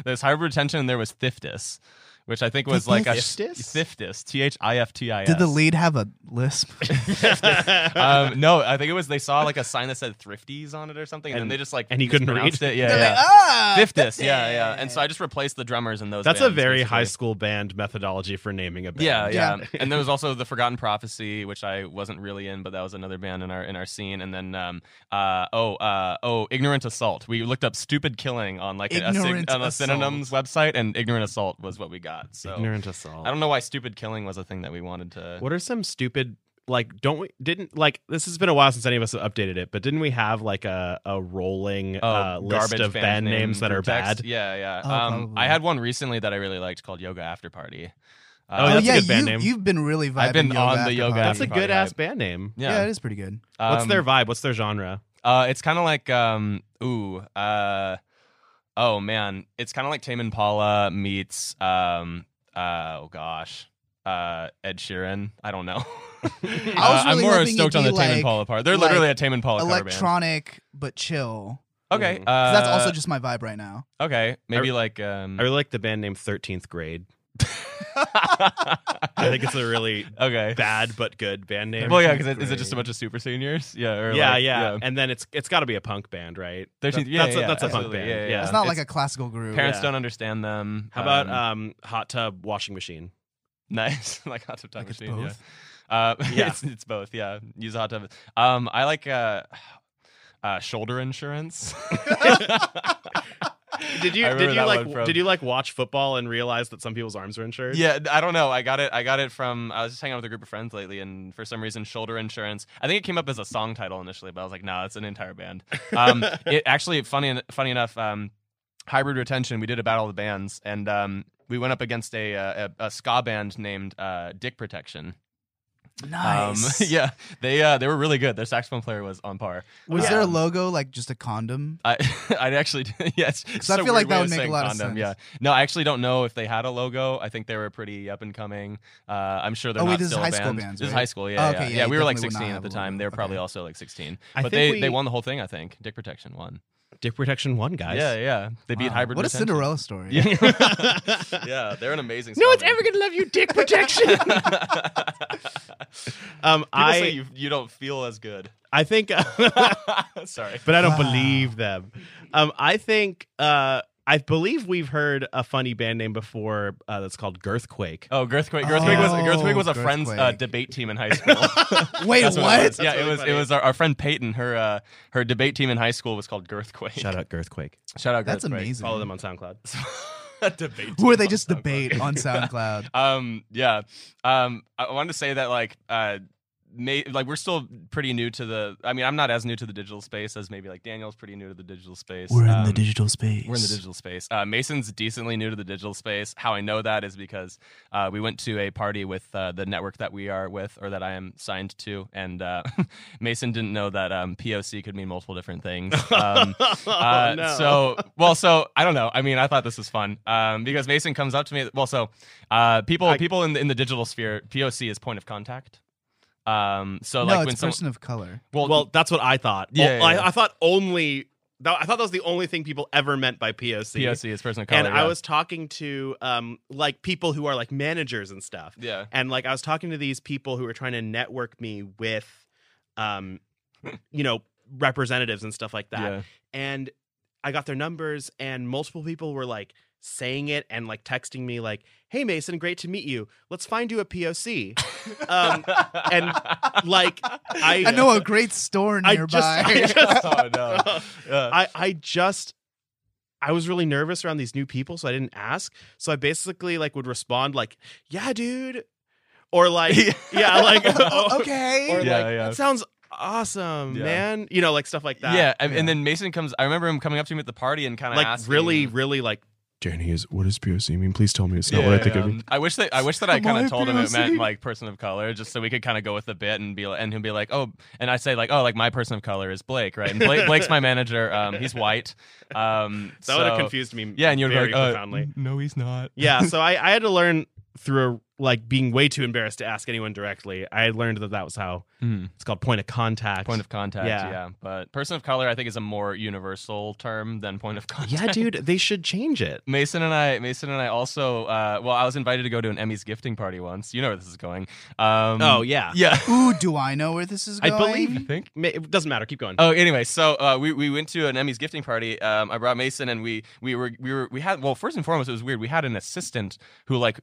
[SPEAKER 2] There's hybrid retention, and there was Thiftus, which I think was like a
[SPEAKER 3] Thiftis?
[SPEAKER 2] Thiftis, T H I F T I S.
[SPEAKER 4] Did the lead have a lisp?
[SPEAKER 2] Um, no, I think it was they saw like a sign that said Thrifties on it or something, and,
[SPEAKER 3] And-
[SPEAKER 2] then they just like
[SPEAKER 3] and he couldn't read.
[SPEAKER 2] mispronounced it. Yeah,
[SPEAKER 4] They're
[SPEAKER 2] yeah.
[SPEAKER 4] like, ah,
[SPEAKER 2] Thiftis, yeah, yeah. And so I just replaced the drummers in those.
[SPEAKER 3] That's a
[SPEAKER 2] bands,
[SPEAKER 3] very
[SPEAKER 2] basically.
[SPEAKER 3] high school band methodology for naming a band.
[SPEAKER 2] Yeah, yeah,
[SPEAKER 4] Yeah.
[SPEAKER 2] and there was also the Forgotten Prophecy, which I wasn't really in, but that was another band in our in our scene. And then, um, uh, oh, uh, oh, Ignorant Assault. We looked up "Stupid Killing" on like a, a,
[SPEAKER 4] Ignorant
[SPEAKER 2] syn- on a
[SPEAKER 4] Assault.
[SPEAKER 2] synonyms website, and "Ignorant Assault" was what we got. So
[SPEAKER 3] Ignorant assault.
[SPEAKER 2] I don't know why "Stupid Killing" was a thing that we wanted to.
[SPEAKER 3] What are some stupid like don't we didn't like this has been a while since any of us have updated it, but didn't we have like a, a rolling
[SPEAKER 2] Oh,
[SPEAKER 3] uh, list
[SPEAKER 2] garbage
[SPEAKER 3] of
[SPEAKER 2] band
[SPEAKER 3] band
[SPEAKER 2] name
[SPEAKER 3] names that
[SPEAKER 2] group
[SPEAKER 3] are
[SPEAKER 2] text.
[SPEAKER 3] bad?
[SPEAKER 2] Yeah, yeah.
[SPEAKER 4] Oh,
[SPEAKER 2] um, I
[SPEAKER 4] probably.
[SPEAKER 2] had one recently that I really liked called Yoga After Party. Uh,
[SPEAKER 3] Oh,
[SPEAKER 4] Oh,
[SPEAKER 3] that's a
[SPEAKER 4] yeah,
[SPEAKER 3] good band
[SPEAKER 4] you,
[SPEAKER 3] name.
[SPEAKER 4] you've been really vibing.
[SPEAKER 2] I've been
[SPEAKER 4] yoga
[SPEAKER 2] on the
[SPEAKER 4] after
[SPEAKER 2] yoga
[SPEAKER 4] party.
[SPEAKER 3] That's a
[SPEAKER 2] after party
[SPEAKER 3] good ass
[SPEAKER 2] vibe.
[SPEAKER 3] band name.
[SPEAKER 4] yeah.
[SPEAKER 2] yeah.
[SPEAKER 4] it is pretty good.
[SPEAKER 3] What's
[SPEAKER 2] Um,
[SPEAKER 3] their vibe? What's their genre?
[SPEAKER 2] Uh, it's kind of like um, ooh, uh, oh man, it's kind of like Tame Impala meets um, uh, oh gosh, uh, Ed Sheeran. I don't know. Uh, I'm
[SPEAKER 4] really
[SPEAKER 2] more
[SPEAKER 4] hoping
[SPEAKER 2] stoked on the
[SPEAKER 4] it'd be
[SPEAKER 2] Tame
[SPEAKER 4] like-
[SPEAKER 2] Impala part. They're
[SPEAKER 4] like
[SPEAKER 2] literally a Tame Impala cover
[SPEAKER 4] Electronic but chill.
[SPEAKER 2] band. Okay,
[SPEAKER 3] Mhm.
[SPEAKER 4] Mm-hmm. 'Cause
[SPEAKER 2] uh,
[SPEAKER 4] that's also just my vibe right now.
[SPEAKER 2] okay. Maybe
[SPEAKER 3] I-
[SPEAKER 2] like um,
[SPEAKER 3] I really like the band name Thirteenth Grade. I think it's a really
[SPEAKER 2] okay.
[SPEAKER 3] bad but good band name.
[SPEAKER 2] Well, yeah, because is it just a bunch of super seniors? Yeah, or
[SPEAKER 3] yeah,
[SPEAKER 2] like,
[SPEAKER 3] yeah, and then it's it's got to be a punk band, right?
[SPEAKER 2] 13th
[SPEAKER 3] That-
[SPEAKER 2] yeah,
[SPEAKER 3] that's
[SPEAKER 2] yeah,
[SPEAKER 3] a, that's a punk
[SPEAKER 2] absolutely.
[SPEAKER 3] band.
[SPEAKER 2] Yeah, yeah, yeah.
[SPEAKER 4] It's not
[SPEAKER 2] It's-
[SPEAKER 4] like a classical group.
[SPEAKER 2] Parents
[SPEAKER 3] Yeah.
[SPEAKER 2] don't understand them.
[SPEAKER 3] How about
[SPEAKER 4] uh,
[SPEAKER 3] um, hot tub washing machine?
[SPEAKER 2] nice? like hot tub time
[SPEAKER 4] Like it's
[SPEAKER 2] machine.
[SPEAKER 4] both?
[SPEAKER 2] Yeah. Uh,
[SPEAKER 3] Yeah.
[SPEAKER 2] it's, it's both. Yeah, use a hot tub. Um, I like uh, uh shoulder insurance.
[SPEAKER 3] Did you
[SPEAKER 2] I remember
[SPEAKER 3] did you
[SPEAKER 2] that
[SPEAKER 3] like
[SPEAKER 2] one from-
[SPEAKER 3] did you like watch football and realize that some people's arms were insured?
[SPEAKER 2] Yeah, I don't know. I got it. I got it from. I was just hanging out with a group of friends lately, and for some reason, shoulder insurance. I think it came up as a song title initially, but I was like, nah, it's an entire band. Um, it actually funny. Funny enough, um, hybrid retention. We did a battle of the bands, and um, we went up against a a, a ska band named uh, Dick Protection.
[SPEAKER 4] Nice.
[SPEAKER 2] Um, yeah, they uh, they were really good. Their saxophone player was on par.
[SPEAKER 4] Was there a
[SPEAKER 2] Um,
[SPEAKER 4] logo like just a condom?
[SPEAKER 2] I I actually yes. Because
[SPEAKER 4] I feel like that would make a lot of sense.
[SPEAKER 2] Yeah. No, I actually don't know if they had a logo. I think they were pretty up and coming. Uh, I'm sure they're
[SPEAKER 4] Oh, wait,
[SPEAKER 2] not
[SPEAKER 4] this is
[SPEAKER 2] still
[SPEAKER 4] high
[SPEAKER 2] a
[SPEAKER 4] school
[SPEAKER 2] band.
[SPEAKER 4] bands,
[SPEAKER 2] This is
[SPEAKER 4] right?
[SPEAKER 2] high school. Yeah.
[SPEAKER 4] Oh, okay,
[SPEAKER 2] yeah.
[SPEAKER 4] yeah,
[SPEAKER 2] we
[SPEAKER 4] you
[SPEAKER 2] were like
[SPEAKER 4] definitely would not
[SPEAKER 2] 16 at
[SPEAKER 4] have
[SPEAKER 2] the
[SPEAKER 4] a
[SPEAKER 2] time.
[SPEAKER 4] logo.
[SPEAKER 2] They were probably
[SPEAKER 4] Okay.
[SPEAKER 2] also like 16.
[SPEAKER 3] I
[SPEAKER 2] But they
[SPEAKER 3] think
[SPEAKER 2] they
[SPEAKER 3] we-
[SPEAKER 2] won the whole thing. I think Dick Protection won.
[SPEAKER 3] Dick Protection One guys.
[SPEAKER 2] Yeah, yeah. They beat
[SPEAKER 4] Wow.
[SPEAKER 2] Hybrid.
[SPEAKER 4] What a
[SPEAKER 2] Retention.
[SPEAKER 4] Cinderella story.
[SPEAKER 2] Yeah. yeah, they're an amazing.
[SPEAKER 3] No one's
[SPEAKER 2] ska
[SPEAKER 3] ever
[SPEAKER 2] band.
[SPEAKER 3] gonna love you, Dick Protection. um,
[SPEAKER 2] People
[SPEAKER 3] I
[SPEAKER 2] say you, you don't feel as good.
[SPEAKER 3] I think, but
[SPEAKER 2] Sorry.
[SPEAKER 3] I don't
[SPEAKER 4] Wow.
[SPEAKER 3] believe them. Um, I think uh, I believe we've heard a funny band name before uh, that's called Girthquake.
[SPEAKER 2] Oh, Girthquake. Girthquake was
[SPEAKER 4] Oh,
[SPEAKER 2] Girthquake was a friend's uh,
[SPEAKER 4] Girthquake.
[SPEAKER 2] debate team in high school.
[SPEAKER 4] Wait,
[SPEAKER 2] That's
[SPEAKER 4] what?
[SPEAKER 2] it was. yeah,
[SPEAKER 3] That's really
[SPEAKER 2] it was.
[SPEAKER 3] funny.
[SPEAKER 2] It was our, our friend Peyton. Her uh, her debate team in high school was called Girthquake.
[SPEAKER 3] Shout out Girthquake.
[SPEAKER 2] Shout out.
[SPEAKER 4] That's
[SPEAKER 2] Girthquake.
[SPEAKER 4] amazing.
[SPEAKER 3] Follow them on SoundCloud.
[SPEAKER 2] debate.
[SPEAKER 4] Who
[SPEAKER 2] team
[SPEAKER 4] are they
[SPEAKER 2] on
[SPEAKER 4] just
[SPEAKER 2] SoundCloud.
[SPEAKER 4] debate on SoundCloud?
[SPEAKER 2] Um. Yeah. Um. I I wanted to say that like uh. May, like we're still pretty new to the. I mean, I'm not as new to the digital space as maybe like Daniel's pretty new to the digital space. Um,
[SPEAKER 4] digital space.
[SPEAKER 2] We're in the digital space. Uh, Mason's decently new to the digital space. How I know that is because uh, we went to a party with uh, the network that we are with or that I am signed to, and uh, Mason didn't know that um, POC could mean multiple different things. Um,
[SPEAKER 3] Oh,
[SPEAKER 2] uh, So, well, so I don't know. I mean, I thought this was fun um, because Mason comes up to me. Well, so uh, people
[SPEAKER 3] I-
[SPEAKER 2] people in the, in the digital sphere, POC is point of contact. Um, so
[SPEAKER 4] no,
[SPEAKER 2] like when
[SPEAKER 4] it's
[SPEAKER 2] someone,
[SPEAKER 4] person of color.
[SPEAKER 2] well,
[SPEAKER 3] well, that's what I thought.
[SPEAKER 2] Yeah,
[SPEAKER 3] Well,
[SPEAKER 2] yeah, yeah.
[SPEAKER 3] I, I thought only. that- I thought that was the only thing people ever meant by POC.
[SPEAKER 2] POC is person of color.
[SPEAKER 3] and I
[SPEAKER 2] Oh, yeah.
[SPEAKER 3] was talking to um like people who are like managers and stuff.
[SPEAKER 2] yeah.
[SPEAKER 3] And like I was talking to these people who were trying to network me with um you know representatives and stuff like that.
[SPEAKER 2] yeah.
[SPEAKER 3] And I got their numbers and multiple people were like saying it and like texting me like, "Hey Mason, great to meet you. Let's find you a POC." um and like I uh,
[SPEAKER 4] I know a great store
[SPEAKER 3] I
[SPEAKER 4] nearby.
[SPEAKER 3] just- I just-
[SPEAKER 2] oh no. Yeah.
[SPEAKER 3] I, I just I was really nervous around these new people, so I didn't ask. So I basically like would respond like, "Yeah, dude," or like,
[SPEAKER 2] Yeah.
[SPEAKER 3] "Yeah, like,
[SPEAKER 4] Oh,
[SPEAKER 3] or
[SPEAKER 4] okay.
[SPEAKER 2] Yeah,
[SPEAKER 3] like,
[SPEAKER 2] yeah.
[SPEAKER 3] that sounds awesome,
[SPEAKER 2] Yeah.
[SPEAKER 3] man." You know, like stuff like that.
[SPEAKER 2] Yeah, and,
[SPEAKER 4] Yeah.
[SPEAKER 2] and then Mason comes. I remember him coming up to me at the party and kind of
[SPEAKER 3] like
[SPEAKER 2] asking,
[SPEAKER 3] really, really like.
[SPEAKER 5] Danny, is what does POC mean? Please tell me it's
[SPEAKER 2] Yeah,
[SPEAKER 5] not Oh, what I think
[SPEAKER 2] yeah.
[SPEAKER 5] it means.
[SPEAKER 2] um, I wish that I wish that I
[SPEAKER 4] Am
[SPEAKER 2] kind
[SPEAKER 4] I
[SPEAKER 2] of told him it meant
[SPEAKER 4] POC?
[SPEAKER 2] like person of color, just so we could kind of go with the bit and be like, and he'll be like, oh, and I say like, oh, like my person of color is Blake, right? And Blake, Blake's my manager. Um, he's white. Um,
[SPEAKER 3] That would have
[SPEAKER 2] so-
[SPEAKER 3] confused me.
[SPEAKER 2] Yeah, and you're
[SPEAKER 3] very
[SPEAKER 2] like, uh,
[SPEAKER 3] profoundly.
[SPEAKER 2] no, he's not.
[SPEAKER 3] yeah, so I, I had to learn through like being way too embarrassed to ask anyone directly, I learned that that was how
[SPEAKER 5] Hmm.
[SPEAKER 3] it's called point of contact.
[SPEAKER 2] Point of contact, yeah.
[SPEAKER 3] Yeah.
[SPEAKER 2] But person of color, I think, is a more universal term than point of contact.
[SPEAKER 3] yeah, dude, they should change it.
[SPEAKER 2] Mason and I, Mason and I also, uh, well, I was invited to go to an Emmys gifting party once. You know where this is going. Um,
[SPEAKER 3] Oh yeah,
[SPEAKER 2] yeah.
[SPEAKER 4] Ooh, do I know where this is
[SPEAKER 3] I
[SPEAKER 4] going?
[SPEAKER 2] I
[SPEAKER 3] believe.
[SPEAKER 2] think.
[SPEAKER 3] ma- It doesn't matter. Keep going.
[SPEAKER 2] Oh, anyway, so uh, we we went to an Emmys gifting party. Um, I brought Mason, and we we were we were we had well, first and foremost, it was weird. We had an assistant who like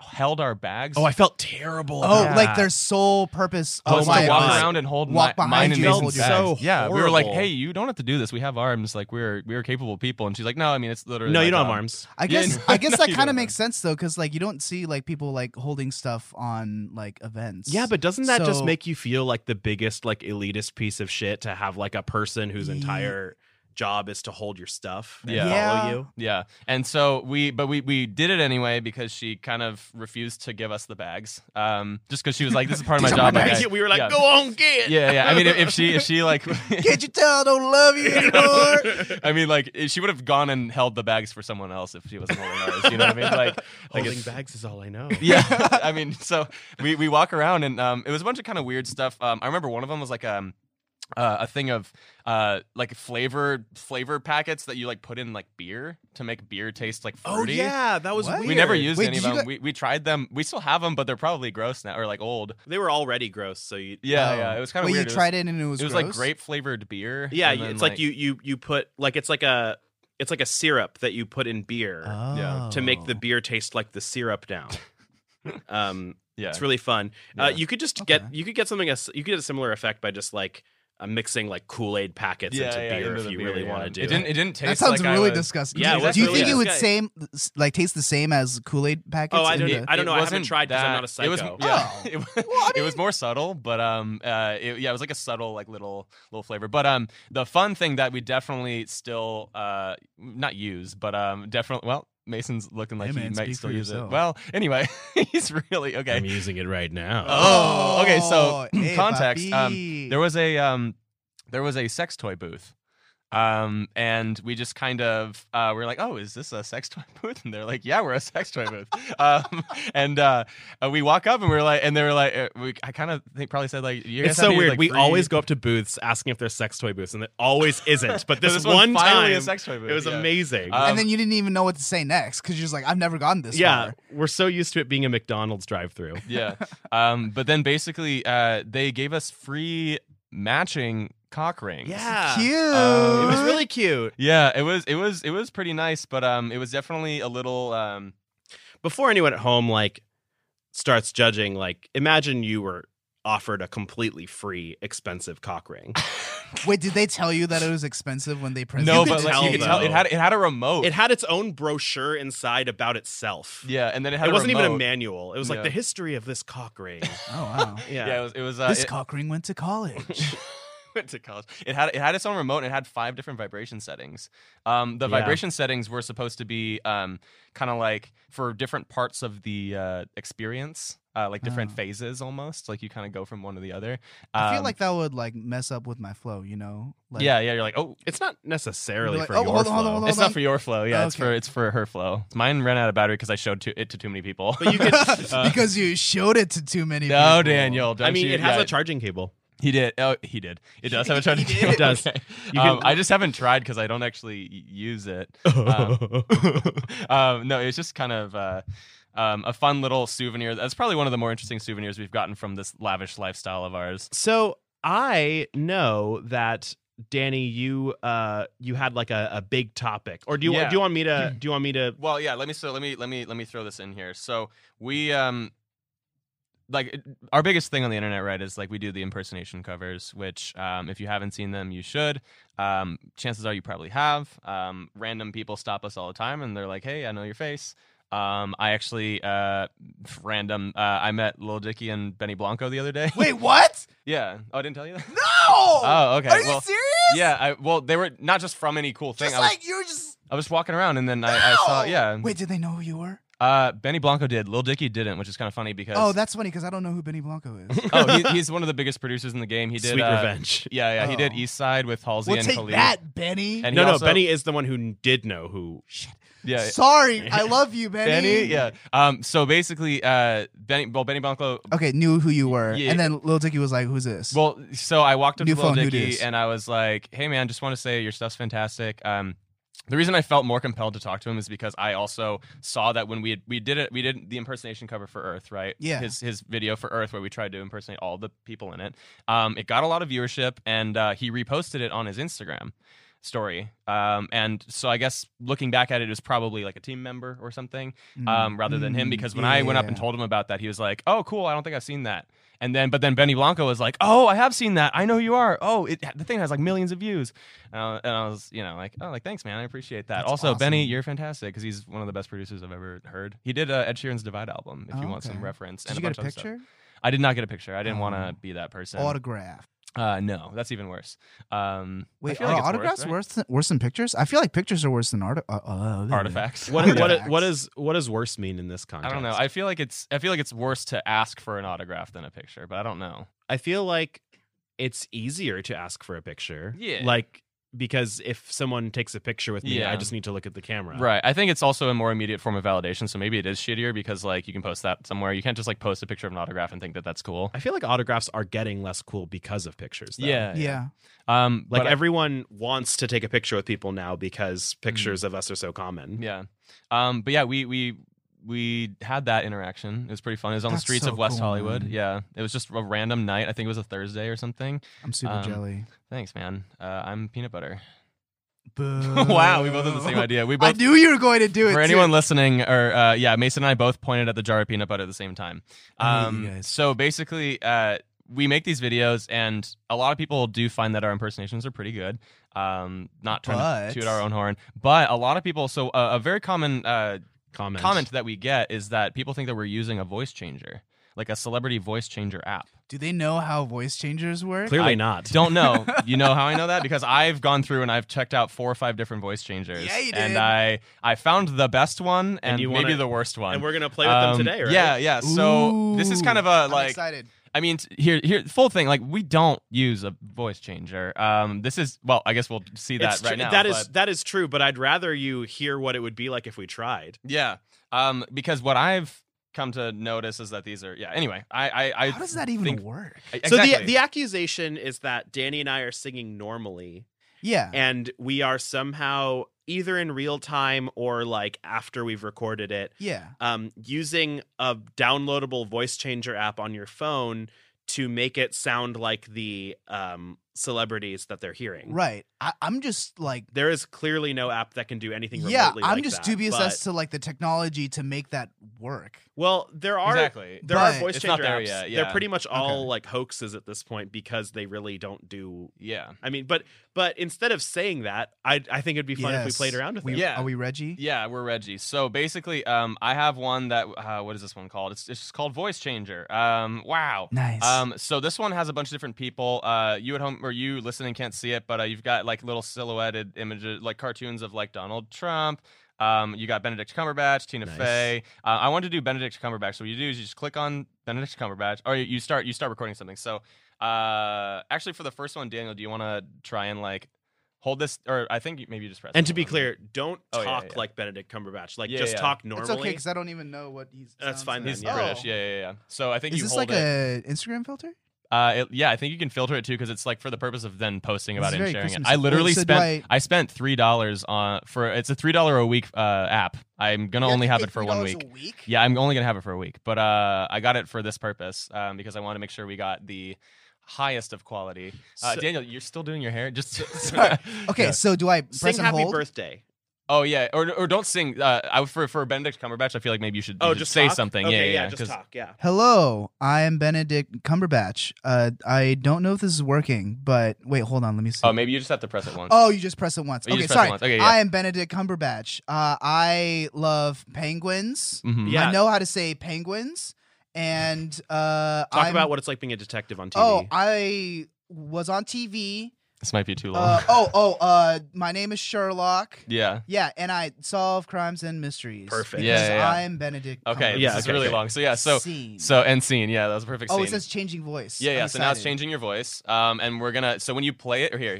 [SPEAKER 2] held our bags.
[SPEAKER 3] Oh, I felt terrible.
[SPEAKER 4] Oh,
[SPEAKER 3] about
[SPEAKER 4] like
[SPEAKER 3] that.
[SPEAKER 4] their sole purpose
[SPEAKER 2] Oh,
[SPEAKER 4] of
[SPEAKER 2] was
[SPEAKER 3] my
[SPEAKER 4] life
[SPEAKER 2] to walk
[SPEAKER 3] God.
[SPEAKER 4] was-
[SPEAKER 2] around and hold
[SPEAKER 4] Walk
[SPEAKER 2] my,
[SPEAKER 4] behind
[SPEAKER 2] mine and
[SPEAKER 4] you.
[SPEAKER 2] Mason's
[SPEAKER 4] Felt
[SPEAKER 3] so
[SPEAKER 2] bags. Yeah, we were like,
[SPEAKER 3] horrible.
[SPEAKER 2] "Hey, you don't have to do this. We have arms. Like we're we're capable people." And she's like, "No, I mean it's literally
[SPEAKER 3] No,
[SPEAKER 2] my
[SPEAKER 3] you don't
[SPEAKER 2] job."
[SPEAKER 3] have arms.
[SPEAKER 4] I
[SPEAKER 2] Yeah,
[SPEAKER 4] guess
[SPEAKER 2] no,
[SPEAKER 4] I guess
[SPEAKER 2] no,
[SPEAKER 4] that
[SPEAKER 2] you
[SPEAKER 4] kind
[SPEAKER 2] don't.
[SPEAKER 4] of makes sense though, because like you don't see like people like holding stuff on like events.
[SPEAKER 3] Yeah, but doesn't that just
[SPEAKER 4] So-
[SPEAKER 3] make you feel like the biggest, like elitist piece of shit to have like a person whose
[SPEAKER 4] Ye-
[SPEAKER 3] entire job is to hold your stuff and
[SPEAKER 2] Yeah.
[SPEAKER 4] Yeah.
[SPEAKER 3] follow you?
[SPEAKER 2] Yeah, and so we, but we we did it anyway because she kind of refused to give us the bags, um, just because she was like, "This is part of my
[SPEAKER 4] These are
[SPEAKER 2] job."
[SPEAKER 4] my
[SPEAKER 2] like,
[SPEAKER 4] bags.
[SPEAKER 2] I-
[SPEAKER 3] We were like,
[SPEAKER 2] yeah.
[SPEAKER 3] go on, get it.
[SPEAKER 2] Yeah, yeah. I mean, if, if she if she like,
[SPEAKER 4] can't you tell I don't love you anymore?
[SPEAKER 2] I mean, like if she would have gone and held the bags for someone else if she wasn't holding ours. You know what I mean? Like, like
[SPEAKER 3] Holding
[SPEAKER 2] it's-
[SPEAKER 3] Oh, bags is all I know.
[SPEAKER 2] yeah i mean so we, we walk around and um, it was a bunch of kind of weird stuff um, i remember one of them was like um, uh, a thing of uh, like flavor flavor packets that you like put in like beer to make beer taste like
[SPEAKER 3] Oh
[SPEAKER 2] fruity
[SPEAKER 3] yeah, that was
[SPEAKER 4] What?
[SPEAKER 3] weird.
[SPEAKER 2] we never used
[SPEAKER 4] Wait,
[SPEAKER 2] any of
[SPEAKER 4] did you
[SPEAKER 2] them
[SPEAKER 4] gu-
[SPEAKER 2] we, we tried them we still have them but they're probably gross now or like old
[SPEAKER 3] They were already gross, so you
[SPEAKER 2] yeah
[SPEAKER 4] Oh.
[SPEAKER 2] yeah it was kind of
[SPEAKER 4] Wait,
[SPEAKER 2] weird
[SPEAKER 4] you tried it and it was
[SPEAKER 2] was, it was like
[SPEAKER 4] gross?
[SPEAKER 2] grape flavored beer
[SPEAKER 3] Yeah,
[SPEAKER 2] and
[SPEAKER 3] you-
[SPEAKER 2] then,
[SPEAKER 3] it's like, you you you put like it's like a it's like a syrup that you put in beer
[SPEAKER 2] Yeah.
[SPEAKER 3] to make the
[SPEAKER 4] Oh.
[SPEAKER 3] beer taste like the syrup now. um
[SPEAKER 2] yeah
[SPEAKER 3] It's really fun.
[SPEAKER 2] Yeah.
[SPEAKER 3] Uh, you could just
[SPEAKER 4] Okay.
[SPEAKER 3] get you could get something as you could get a similar effect by just like uh, mixing like Kool Aid packets
[SPEAKER 2] yeah,
[SPEAKER 3] into
[SPEAKER 2] yeah,
[SPEAKER 3] beer
[SPEAKER 2] into
[SPEAKER 3] if
[SPEAKER 2] the
[SPEAKER 3] you really
[SPEAKER 2] beer,
[SPEAKER 3] want
[SPEAKER 2] yeah.
[SPEAKER 3] to do
[SPEAKER 2] it didn't it didn't
[SPEAKER 4] That
[SPEAKER 2] taste
[SPEAKER 4] sounds
[SPEAKER 2] like I
[SPEAKER 4] really
[SPEAKER 2] was-
[SPEAKER 4] disgusting.
[SPEAKER 3] Yeah, it was
[SPEAKER 4] do you
[SPEAKER 3] really
[SPEAKER 4] think it would
[SPEAKER 3] disgusting.
[SPEAKER 4] same like taste the same as Kool Aid packets?
[SPEAKER 3] Oh, I
[SPEAKER 4] in
[SPEAKER 3] don't.
[SPEAKER 4] the-
[SPEAKER 2] it-
[SPEAKER 3] I don't know. I haven't
[SPEAKER 2] wasn't
[SPEAKER 3] tried because I'm not a
[SPEAKER 2] that-
[SPEAKER 3] psycho.
[SPEAKER 2] It was, yeah,
[SPEAKER 4] Oh.
[SPEAKER 2] it, was,
[SPEAKER 4] I
[SPEAKER 2] it was more subtle, but um, uh, it, yeah, it was like a subtle, like little little flavor. But um, the fun thing that we definitely still uh, not use, but um, definitely well. Mason's looking like
[SPEAKER 4] Hey, man,
[SPEAKER 2] he might
[SPEAKER 4] speak
[SPEAKER 2] still
[SPEAKER 4] for
[SPEAKER 2] use
[SPEAKER 4] yourself.
[SPEAKER 2] it. Well, anyway, he's really okay.
[SPEAKER 3] using it right now.
[SPEAKER 2] Oh, okay. So
[SPEAKER 4] Oh, hey,
[SPEAKER 2] context. Um,
[SPEAKER 4] papi.
[SPEAKER 2] there was a um, there was a sex toy booth. Um, and we just kind of uh, we are like, oh, is this a sex toy booth? And they're like, yeah, we're a sex toy booth. um, and uh, uh, we walk up and we're like, and they were like, uh, we, I kind of think probably said like, you guys
[SPEAKER 3] It's
[SPEAKER 2] have
[SPEAKER 3] so
[SPEAKER 2] any,
[SPEAKER 3] weird.
[SPEAKER 2] like,
[SPEAKER 3] we
[SPEAKER 2] free-
[SPEAKER 3] always go up to booths asking if there's sex toy booths, and it always isn't. But
[SPEAKER 2] So
[SPEAKER 3] this,
[SPEAKER 2] one's
[SPEAKER 3] one
[SPEAKER 2] finally
[SPEAKER 3] time,
[SPEAKER 2] a sex toy booth.
[SPEAKER 3] it was
[SPEAKER 2] yeah.
[SPEAKER 3] amazing.
[SPEAKER 2] Uh, um,
[SPEAKER 4] and then you didn't even know what to say next because you're just like, I've never gotten this
[SPEAKER 3] yeah,
[SPEAKER 4] far.
[SPEAKER 3] we're so used to it being a McDonald's drive-through.
[SPEAKER 2] yeah. Um, but then basically, uh, they gave us free matching cock rings.
[SPEAKER 4] Cute.
[SPEAKER 2] Uh,
[SPEAKER 3] it was really cute.
[SPEAKER 2] Yeah, it was it was it was pretty nice, but um, it was definitely a little um,
[SPEAKER 3] before anyone at home like starts judging like imagine you were offered a completely free expensive cock ring
[SPEAKER 4] Wait, did they tell you that it was expensive when they presented?
[SPEAKER 2] no,
[SPEAKER 4] it?
[SPEAKER 2] but like you could tell it
[SPEAKER 3] though.
[SPEAKER 2] had it had a remote.
[SPEAKER 3] it had its own brochure inside about itself
[SPEAKER 2] yeah, and then it had
[SPEAKER 3] it
[SPEAKER 2] a
[SPEAKER 3] wasn't even a
[SPEAKER 2] remote.
[SPEAKER 3] manual it was like
[SPEAKER 2] Yeah.
[SPEAKER 3] the history of this cock ring
[SPEAKER 4] Oh wow.
[SPEAKER 3] yeah,
[SPEAKER 2] Yeah, it was. It was uh,
[SPEAKER 4] this
[SPEAKER 2] it,
[SPEAKER 4] cock ring went to college.
[SPEAKER 2] went to college. It had it had its own remote and it had five different vibration settings. Um, the
[SPEAKER 3] Yeah.
[SPEAKER 2] vibration settings were supposed to be um, kind of like for different parts of the uh, experience, uh, like different
[SPEAKER 4] Oh.
[SPEAKER 2] phases almost. Like you kind of go from one to the other.
[SPEAKER 4] I feel
[SPEAKER 2] Um,
[SPEAKER 4] like that would like mess up with my flow, you know? Like,
[SPEAKER 2] yeah, yeah. You're like, oh,
[SPEAKER 3] it's not necessarily
[SPEAKER 4] You're like,
[SPEAKER 3] for
[SPEAKER 4] oh,
[SPEAKER 3] your
[SPEAKER 4] hold on, hold on,
[SPEAKER 3] flow.
[SPEAKER 4] hold on.
[SPEAKER 2] it's not for your flow. Yeah, it's
[SPEAKER 4] Okay.
[SPEAKER 2] for it's for her flow. Mine ran out of battery because I showed to, it to too many people.
[SPEAKER 3] but you could
[SPEAKER 2] Uh,
[SPEAKER 4] because you showed it to too many.
[SPEAKER 2] no,
[SPEAKER 4] people.
[SPEAKER 2] Daniel. Don't
[SPEAKER 3] i mean
[SPEAKER 2] you-
[SPEAKER 3] it has
[SPEAKER 2] yeah,
[SPEAKER 3] a charging cable
[SPEAKER 2] He did. Oh, he did. It does have a charging.
[SPEAKER 4] did.
[SPEAKER 2] cable.
[SPEAKER 3] It does.
[SPEAKER 2] Okay.
[SPEAKER 3] You
[SPEAKER 2] Um,
[SPEAKER 3] can-
[SPEAKER 2] I just haven't tried because I don't actually y- use it. Um, um, no, it's just kind of uh, um, a fun little souvenir. That's probably one of the more interesting souvenirs we've gotten from this lavish lifestyle of ours.
[SPEAKER 3] so i know that danny you uh you had like a, a big topic or do you
[SPEAKER 2] Yeah.
[SPEAKER 3] do you want me to do you want me to
[SPEAKER 2] Well, yeah. Let me so let me let me let me throw this in here. So we um like it- our biggest thing on the internet, right, is like we do the impersonation covers, which um, if you haven't seen them, you should. Um, chances are you probably have. Um, random people stop us all the time, and they're like, "Hey, I know your face." Um, I actually uh, random. Uh, I met Lil Dicky and Benny Blanco the other day.
[SPEAKER 4] Wait, what?
[SPEAKER 2] yeah. Oh, I didn't tell you that.
[SPEAKER 4] No.
[SPEAKER 2] Oh, okay.
[SPEAKER 4] Are you
[SPEAKER 2] well,
[SPEAKER 4] serious?
[SPEAKER 2] yeah. I, well, they were not just from any cool thing.
[SPEAKER 4] Just
[SPEAKER 2] I was
[SPEAKER 4] like you were just.
[SPEAKER 2] I was walking around, and then I, I saw.
[SPEAKER 4] No!
[SPEAKER 2] Yeah.
[SPEAKER 4] Wait, did they know who you were?
[SPEAKER 2] Uh, Benny Blanco did. Lil Dicky didn't, which is kind of funny because
[SPEAKER 4] Oh, that's funny because I don't know who Benny Blanco is.
[SPEAKER 2] oh, he, he's one of the biggest producers in the game. He did
[SPEAKER 3] Sweet
[SPEAKER 2] uh,
[SPEAKER 3] Revenge.
[SPEAKER 2] Yeah, yeah. He did
[SPEAKER 4] Oh.
[SPEAKER 2] East Side with Halsey
[SPEAKER 4] we'll
[SPEAKER 2] and
[SPEAKER 4] take
[SPEAKER 2] Khalid.
[SPEAKER 4] that, Benny.
[SPEAKER 2] And he
[SPEAKER 3] no, no,
[SPEAKER 2] also-
[SPEAKER 3] Benny is the one who n- did know who.
[SPEAKER 2] Yeah, yeah.
[SPEAKER 4] Sorry, I love you, Benny.
[SPEAKER 2] Benny. Yeah. Um. So basically, uh, Benny. Well, Benny Blanco.
[SPEAKER 4] Okay, knew who you were,
[SPEAKER 2] Yeah.
[SPEAKER 4] and then Lil Dicky was like, "Who's this?"
[SPEAKER 2] Well, so I walked up
[SPEAKER 4] New
[SPEAKER 2] to Lil
[SPEAKER 4] phone, who
[SPEAKER 2] Dicky
[SPEAKER 4] dis?
[SPEAKER 2] and I was like, "Hey, man, just want to say your stuff's fantastic." Um. The reason I felt more compelled to talk to him is because I also saw that when we had, we did it, we did the impersonation cover for Earth, right?
[SPEAKER 4] Yeah.
[SPEAKER 2] His his video for Earth, where we tried to impersonate all the people in it. Um, it got a lot of viewership, and uh, he reposted it on his Instagram story. Um, and so I guess looking back at it, it was probably like a team member or something. um, rather than him
[SPEAKER 4] Mm,
[SPEAKER 2] because when I went up and
[SPEAKER 4] yeah.
[SPEAKER 2] told him about that, he was like, "Oh, cool. I don't think I've seen that." And then, but then Benny Blanco was like, "Oh, I have seen that. I know who you are. Oh, it, the thing has like millions of views." Uh, and I was, you know, like, "Oh, like thanks, man. I appreciate that."
[SPEAKER 4] That's
[SPEAKER 2] also, Benny,
[SPEAKER 4] awesome.
[SPEAKER 2] you're fantastic because he's one of the best producers I've ever heard. He did uh, Ed Sheeran's "Divide" album. If
[SPEAKER 4] Oh,
[SPEAKER 2] you want
[SPEAKER 4] okay.
[SPEAKER 2] some reference,
[SPEAKER 4] Did
[SPEAKER 2] and
[SPEAKER 4] you
[SPEAKER 2] a
[SPEAKER 4] get
[SPEAKER 2] bunch
[SPEAKER 4] a
[SPEAKER 2] of other stuff.
[SPEAKER 4] picture?
[SPEAKER 2] I did not get a picture. I didn't want
[SPEAKER 4] Oh.
[SPEAKER 2] to be that person.
[SPEAKER 4] Autograph.
[SPEAKER 2] uh, no, that's even worse. Um, I
[SPEAKER 4] Wait,
[SPEAKER 2] feel
[SPEAKER 4] are
[SPEAKER 2] like it's worse,
[SPEAKER 4] autographs
[SPEAKER 2] right?
[SPEAKER 4] worse, than, worse than pictures? I feel like pictures are worse than art- uh, uh,
[SPEAKER 2] artifacts.
[SPEAKER 3] What
[SPEAKER 4] Yeah.
[SPEAKER 3] what what is what does worse mean in this
[SPEAKER 2] I
[SPEAKER 3] context?
[SPEAKER 2] don't know. I feel like it's I feel like it's worse to ask for an autograph than a picture, but I don't know.
[SPEAKER 3] I feel like it's easier to ask for a picture.
[SPEAKER 2] Yeah.
[SPEAKER 3] Like because if someone takes a picture with me, I
[SPEAKER 2] Yeah.
[SPEAKER 3] just need to look at the camera.
[SPEAKER 2] Right. I think it's also a more immediate form of validation. So maybe it is shittier because like you can post that somewhere. You can't just like post a picture of an autograph and think that that's cool.
[SPEAKER 3] I feel like autographs are getting less cool because of pictures. Though.
[SPEAKER 2] Yeah.
[SPEAKER 4] Yeah.
[SPEAKER 2] Um.
[SPEAKER 3] Like
[SPEAKER 2] but I-
[SPEAKER 3] everyone wants to take a picture with people now because pictures of us are so common.
[SPEAKER 2] yeah. Um. But yeah, we we we had that interaction. It was pretty fun. It was on
[SPEAKER 4] That's
[SPEAKER 2] the streets
[SPEAKER 4] so
[SPEAKER 2] of West
[SPEAKER 4] cool,
[SPEAKER 2] Hollywood.
[SPEAKER 4] man.
[SPEAKER 2] Yeah. It was just a random night. I think it was a Thursday or something.
[SPEAKER 4] I'm super
[SPEAKER 2] Um,
[SPEAKER 4] jelly.
[SPEAKER 2] Thanks, man. Uh, I'm peanut butter.
[SPEAKER 4] Boo.
[SPEAKER 2] wow. We both had the same idea. We
[SPEAKER 4] I
[SPEAKER 2] both.
[SPEAKER 4] knew you were going to do it.
[SPEAKER 2] For
[SPEAKER 4] too.
[SPEAKER 2] anyone listening, or uh, yeah, Mason and I both pointed at the jar of peanut butter at the same time.
[SPEAKER 4] I hate you
[SPEAKER 2] Um,
[SPEAKER 4] guys.
[SPEAKER 2] so basically, uh, we make these videos, and a lot of people do find that our impersonations are pretty good. Um, not trying
[SPEAKER 4] But-
[SPEAKER 2] to toot our own horn, but a lot of people. So uh, a very common uh,
[SPEAKER 3] Comment.
[SPEAKER 2] comment that we get is that people think that we're using a voice changer, like a celebrity voice changer app.
[SPEAKER 4] Do they know how voice changers work?
[SPEAKER 3] Clearly
[SPEAKER 2] I
[SPEAKER 3] not.
[SPEAKER 2] Don't know. you know how I know that? Because I've gone through and I've checked out four or five different voice changers.
[SPEAKER 4] Yeah, you did.
[SPEAKER 2] And I I found the best one and,
[SPEAKER 3] you
[SPEAKER 2] maybe
[SPEAKER 3] wanna-
[SPEAKER 2] the worst one.
[SPEAKER 3] and we're gonna play with them
[SPEAKER 2] Um,
[SPEAKER 3] today, right?
[SPEAKER 2] Yeah, yeah. So this is kind of a
[SPEAKER 4] I'm
[SPEAKER 2] like
[SPEAKER 4] excited.
[SPEAKER 2] I mean t- here here full thing like we don't use a voice changer. Um this is well I guess we'll see that
[SPEAKER 3] It's
[SPEAKER 2] right
[SPEAKER 3] tr-
[SPEAKER 2] now.
[SPEAKER 3] that is
[SPEAKER 2] but-
[SPEAKER 3] that is true, but I'd rather you hear what it would be like if we tried.
[SPEAKER 2] yeah. Um because what I've come to notice is that these are yeah anyway I I, I
[SPEAKER 4] How does that even
[SPEAKER 2] think-
[SPEAKER 4] work?
[SPEAKER 3] So the
[SPEAKER 2] Exactly.
[SPEAKER 3] the accusation is that Danny and I are singing normally
[SPEAKER 4] Yeah.
[SPEAKER 3] and we are somehow either in real time or like after we've recorded it
[SPEAKER 4] yeah.
[SPEAKER 3] um, using a downloadable voice changer app on your phone to make it sound like the um, celebrities that they're hearing.
[SPEAKER 4] Right. I, I'm just like,
[SPEAKER 3] There is clearly no app that can do anything.
[SPEAKER 4] yeah,
[SPEAKER 3] remotely
[SPEAKER 4] I'm
[SPEAKER 3] like
[SPEAKER 4] just
[SPEAKER 3] that,
[SPEAKER 4] dubious
[SPEAKER 3] but-
[SPEAKER 4] as to like the technology to make that work.
[SPEAKER 3] Well, there are
[SPEAKER 2] exactly.
[SPEAKER 3] there
[SPEAKER 4] But
[SPEAKER 3] are voice
[SPEAKER 2] it's not
[SPEAKER 3] changer
[SPEAKER 2] there
[SPEAKER 3] apps.
[SPEAKER 2] yet,
[SPEAKER 3] They're
[SPEAKER 2] yeah.
[SPEAKER 3] pretty much all
[SPEAKER 4] Okay.
[SPEAKER 3] like hoaxes at this point because they really don't do.
[SPEAKER 2] Yeah.
[SPEAKER 3] I mean, but but instead of saying that, I I think it'd be fun if we
[SPEAKER 4] Yes.
[SPEAKER 3] played around with
[SPEAKER 4] We-
[SPEAKER 3] it.
[SPEAKER 2] Yeah.
[SPEAKER 4] Are we Reggie?
[SPEAKER 2] Yeah, we're Reggie. So basically, um, I have one that uh, what is this one called? It's it's just called Voice Changer. Um, wow.
[SPEAKER 4] Nice.
[SPEAKER 2] Um, so this one has a bunch of different people. Uh, you at home or you listening can't see it, but uh, you've got like little silhouetted images, like cartoons of like Donald Trump. Um, you got Benedict Cumberbatch, Tina
[SPEAKER 3] Nice.
[SPEAKER 2] Fey. Uh, I wanted to do Benedict Cumberbatch. So what you do is you just click on Benedict Cumberbatch, or you start you start recording something. So uh, actually, for the first one, Daniel, do you want to try and like hold this, or I think you- maybe you just press.
[SPEAKER 3] And to
[SPEAKER 2] hold
[SPEAKER 3] be
[SPEAKER 2] on.
[SPEAKER 3] clear, don't
[SPEAKER 2] Oh, yeah,
[SPEAKER 3] talk
[SPEAKER 2] yeah.
[SPEAKER 3] like Benedict Cumberbatch. Like
[SPEAKER 2] Yeah,
[SPEAKER 3] just
[SPEAKER 2] yeah.
[SPEAKER 3] talk
[SPEAKER 4] It's
[SPEAKER 3] normally.
[SPEAKER 4] okay because I don't even know what he's.
[SPEAKER 3] That's
[SPEAKER 4] sounds
[SPEAKER 3] fine
[SPEAKER 4] like. Oh.
[SPEAKER 2] He's
[SPEAKER 3] then, yeah.
[SPEAKER 2] British. Yeah, yeah, yeah. So I think
[SPEAKER 4] Is
[SPEAKER 2] you
[SPEAKER 4] this
[SPEAKER 2] hold
[SPEAKER 4] like
[SPEAKER 2] it.
[SPEAKER 4] a Instagram filter?
[SPEAKER 2] uh, it- yeah, I think you can filter it too because it's like for the purpose of then posting
[SPEAKER 4] This
[SPEAKER 2] about
[SPEAKER 4] is
[SPEAKER 2] it and
[SPEAKER 4] very
[SPEAKER 2] sharing
[SPEAKER 4] Christmas.
[SPEAKER 2] it. I
[SPEAKER 4] Wait,
[SPEAKER 2] literally
[SPEAKER 4] so do
[SPEAKER 2] spent
[SPEAKER 4] I-
[SPEAKER 2] I... spent three dollars on for it's a three dollar a week uh, app. I'm gonna only have it for one week. Yeah, I'm only gonna have it for a week, but uh, I got it for this purpose um, because I wanted to make sure we got the highest of quality. Uh,
[SPEAKER 3] So-
[SPEAKER 2] Daniel, you're still doing your hair? Just
[SPEAKER 4] Okay,
[SPEAKER 2] Yeah.
[SPEAKER 4] so do I press
[SPEAKER 3] Sing
[SPEAKER 4] and
[SPEAKER 3] happy
[SPEAKER 4] hold?
[SPEAKER 3] birthday.
[SPEAKER 2] Oh yeah, or or don't sing. Uh, I for for Benedict Cumberbatch, I feel like maybe you should. you
[SPEAKER 3] Oh,
[SPEAKER 2] should
[SPEAKER 3] just
[SPEAKER 2] say
[SPEAKER 3] talk?
[SPEAKER 2] something.
[SPEAKER 3] Okay,
[SPEAKER 2] yeah, yeah, yeah,
[SPEAKER 3] just
[SPEAKER 2] 'cause-
[SPEAKER 3] talk. Yeah.
[SPEAKER 4] Hello, I am Benedict Cumberbatch. Uh, I don't know if this is working, but wait, hold on, let me see.
[SPEAKER 2] Oh, maybe you just have to press it once.
[SPEAKER 4] Oh, you just press it once.
[SPEAKER 2] You
[SPEAKER 4] okay,
[SPEAKER 2] just press it
[SPEAKER 4] sorry.
[SPEAKER 2] once. Okay, yeah.
[SPEAKER 4] I am Benedict Cumberbatch. Uh, I love penguins.
[SPEAKER 2] Mhm.
[SPEAKER 3] Yeah.
[SPEAKER 4] I know how to say penguins, and uh,
[SPEAKER 3] Talk
[SPEAKER 4] I'm,
[SPEAKER 3] Oh, about what it's like being a detective on TV.
[SPEAKER 4] Oh, I was on TV.
[SPEAKER 2] This might be too long.
[SPEAKER 4] Uh, oh, oh, uh, my name is Sherlock.
[SPEAKER 2] yeah.
[SPEAKER 4] Yeah, and I solve crimes and mysteries.
[SPEAKER 3] Perfect.
[SPEAKER 2] Yeah,
[SPEAKER 4] Because
[SPEAKER 2] yeah, yeah.
[SPEAKER 4] I'm Benedict.
[SPEAKER 2] Okay.
[SPEAKER 4] Cumberbatch.
[SPEAKER 3] Yeah,
[SPEAKER 2] This is
[SPEAKER 3] okay,
[SPEAKER 2] really
[SPEAKER 3] okay.
[SPEAKER 2] long. So yeah. So
[SPEAKER 4] Scene.
[SPEAKER 2] so end scene. Yeah, that was a perfect
[SPEAKER 4] Oh,
[SPEAKER 2] scene.
[SPEAKER 4] it says changing voice.
[SPEAKER 2] yeah, yeah.
[SPEAKER 4] I'm
[SPEAKER 2] So now it's
[SPEAKER 4] excited.
[SPEAKER 2] changing your voice. Um, and we're gonna. So when you play it, or here.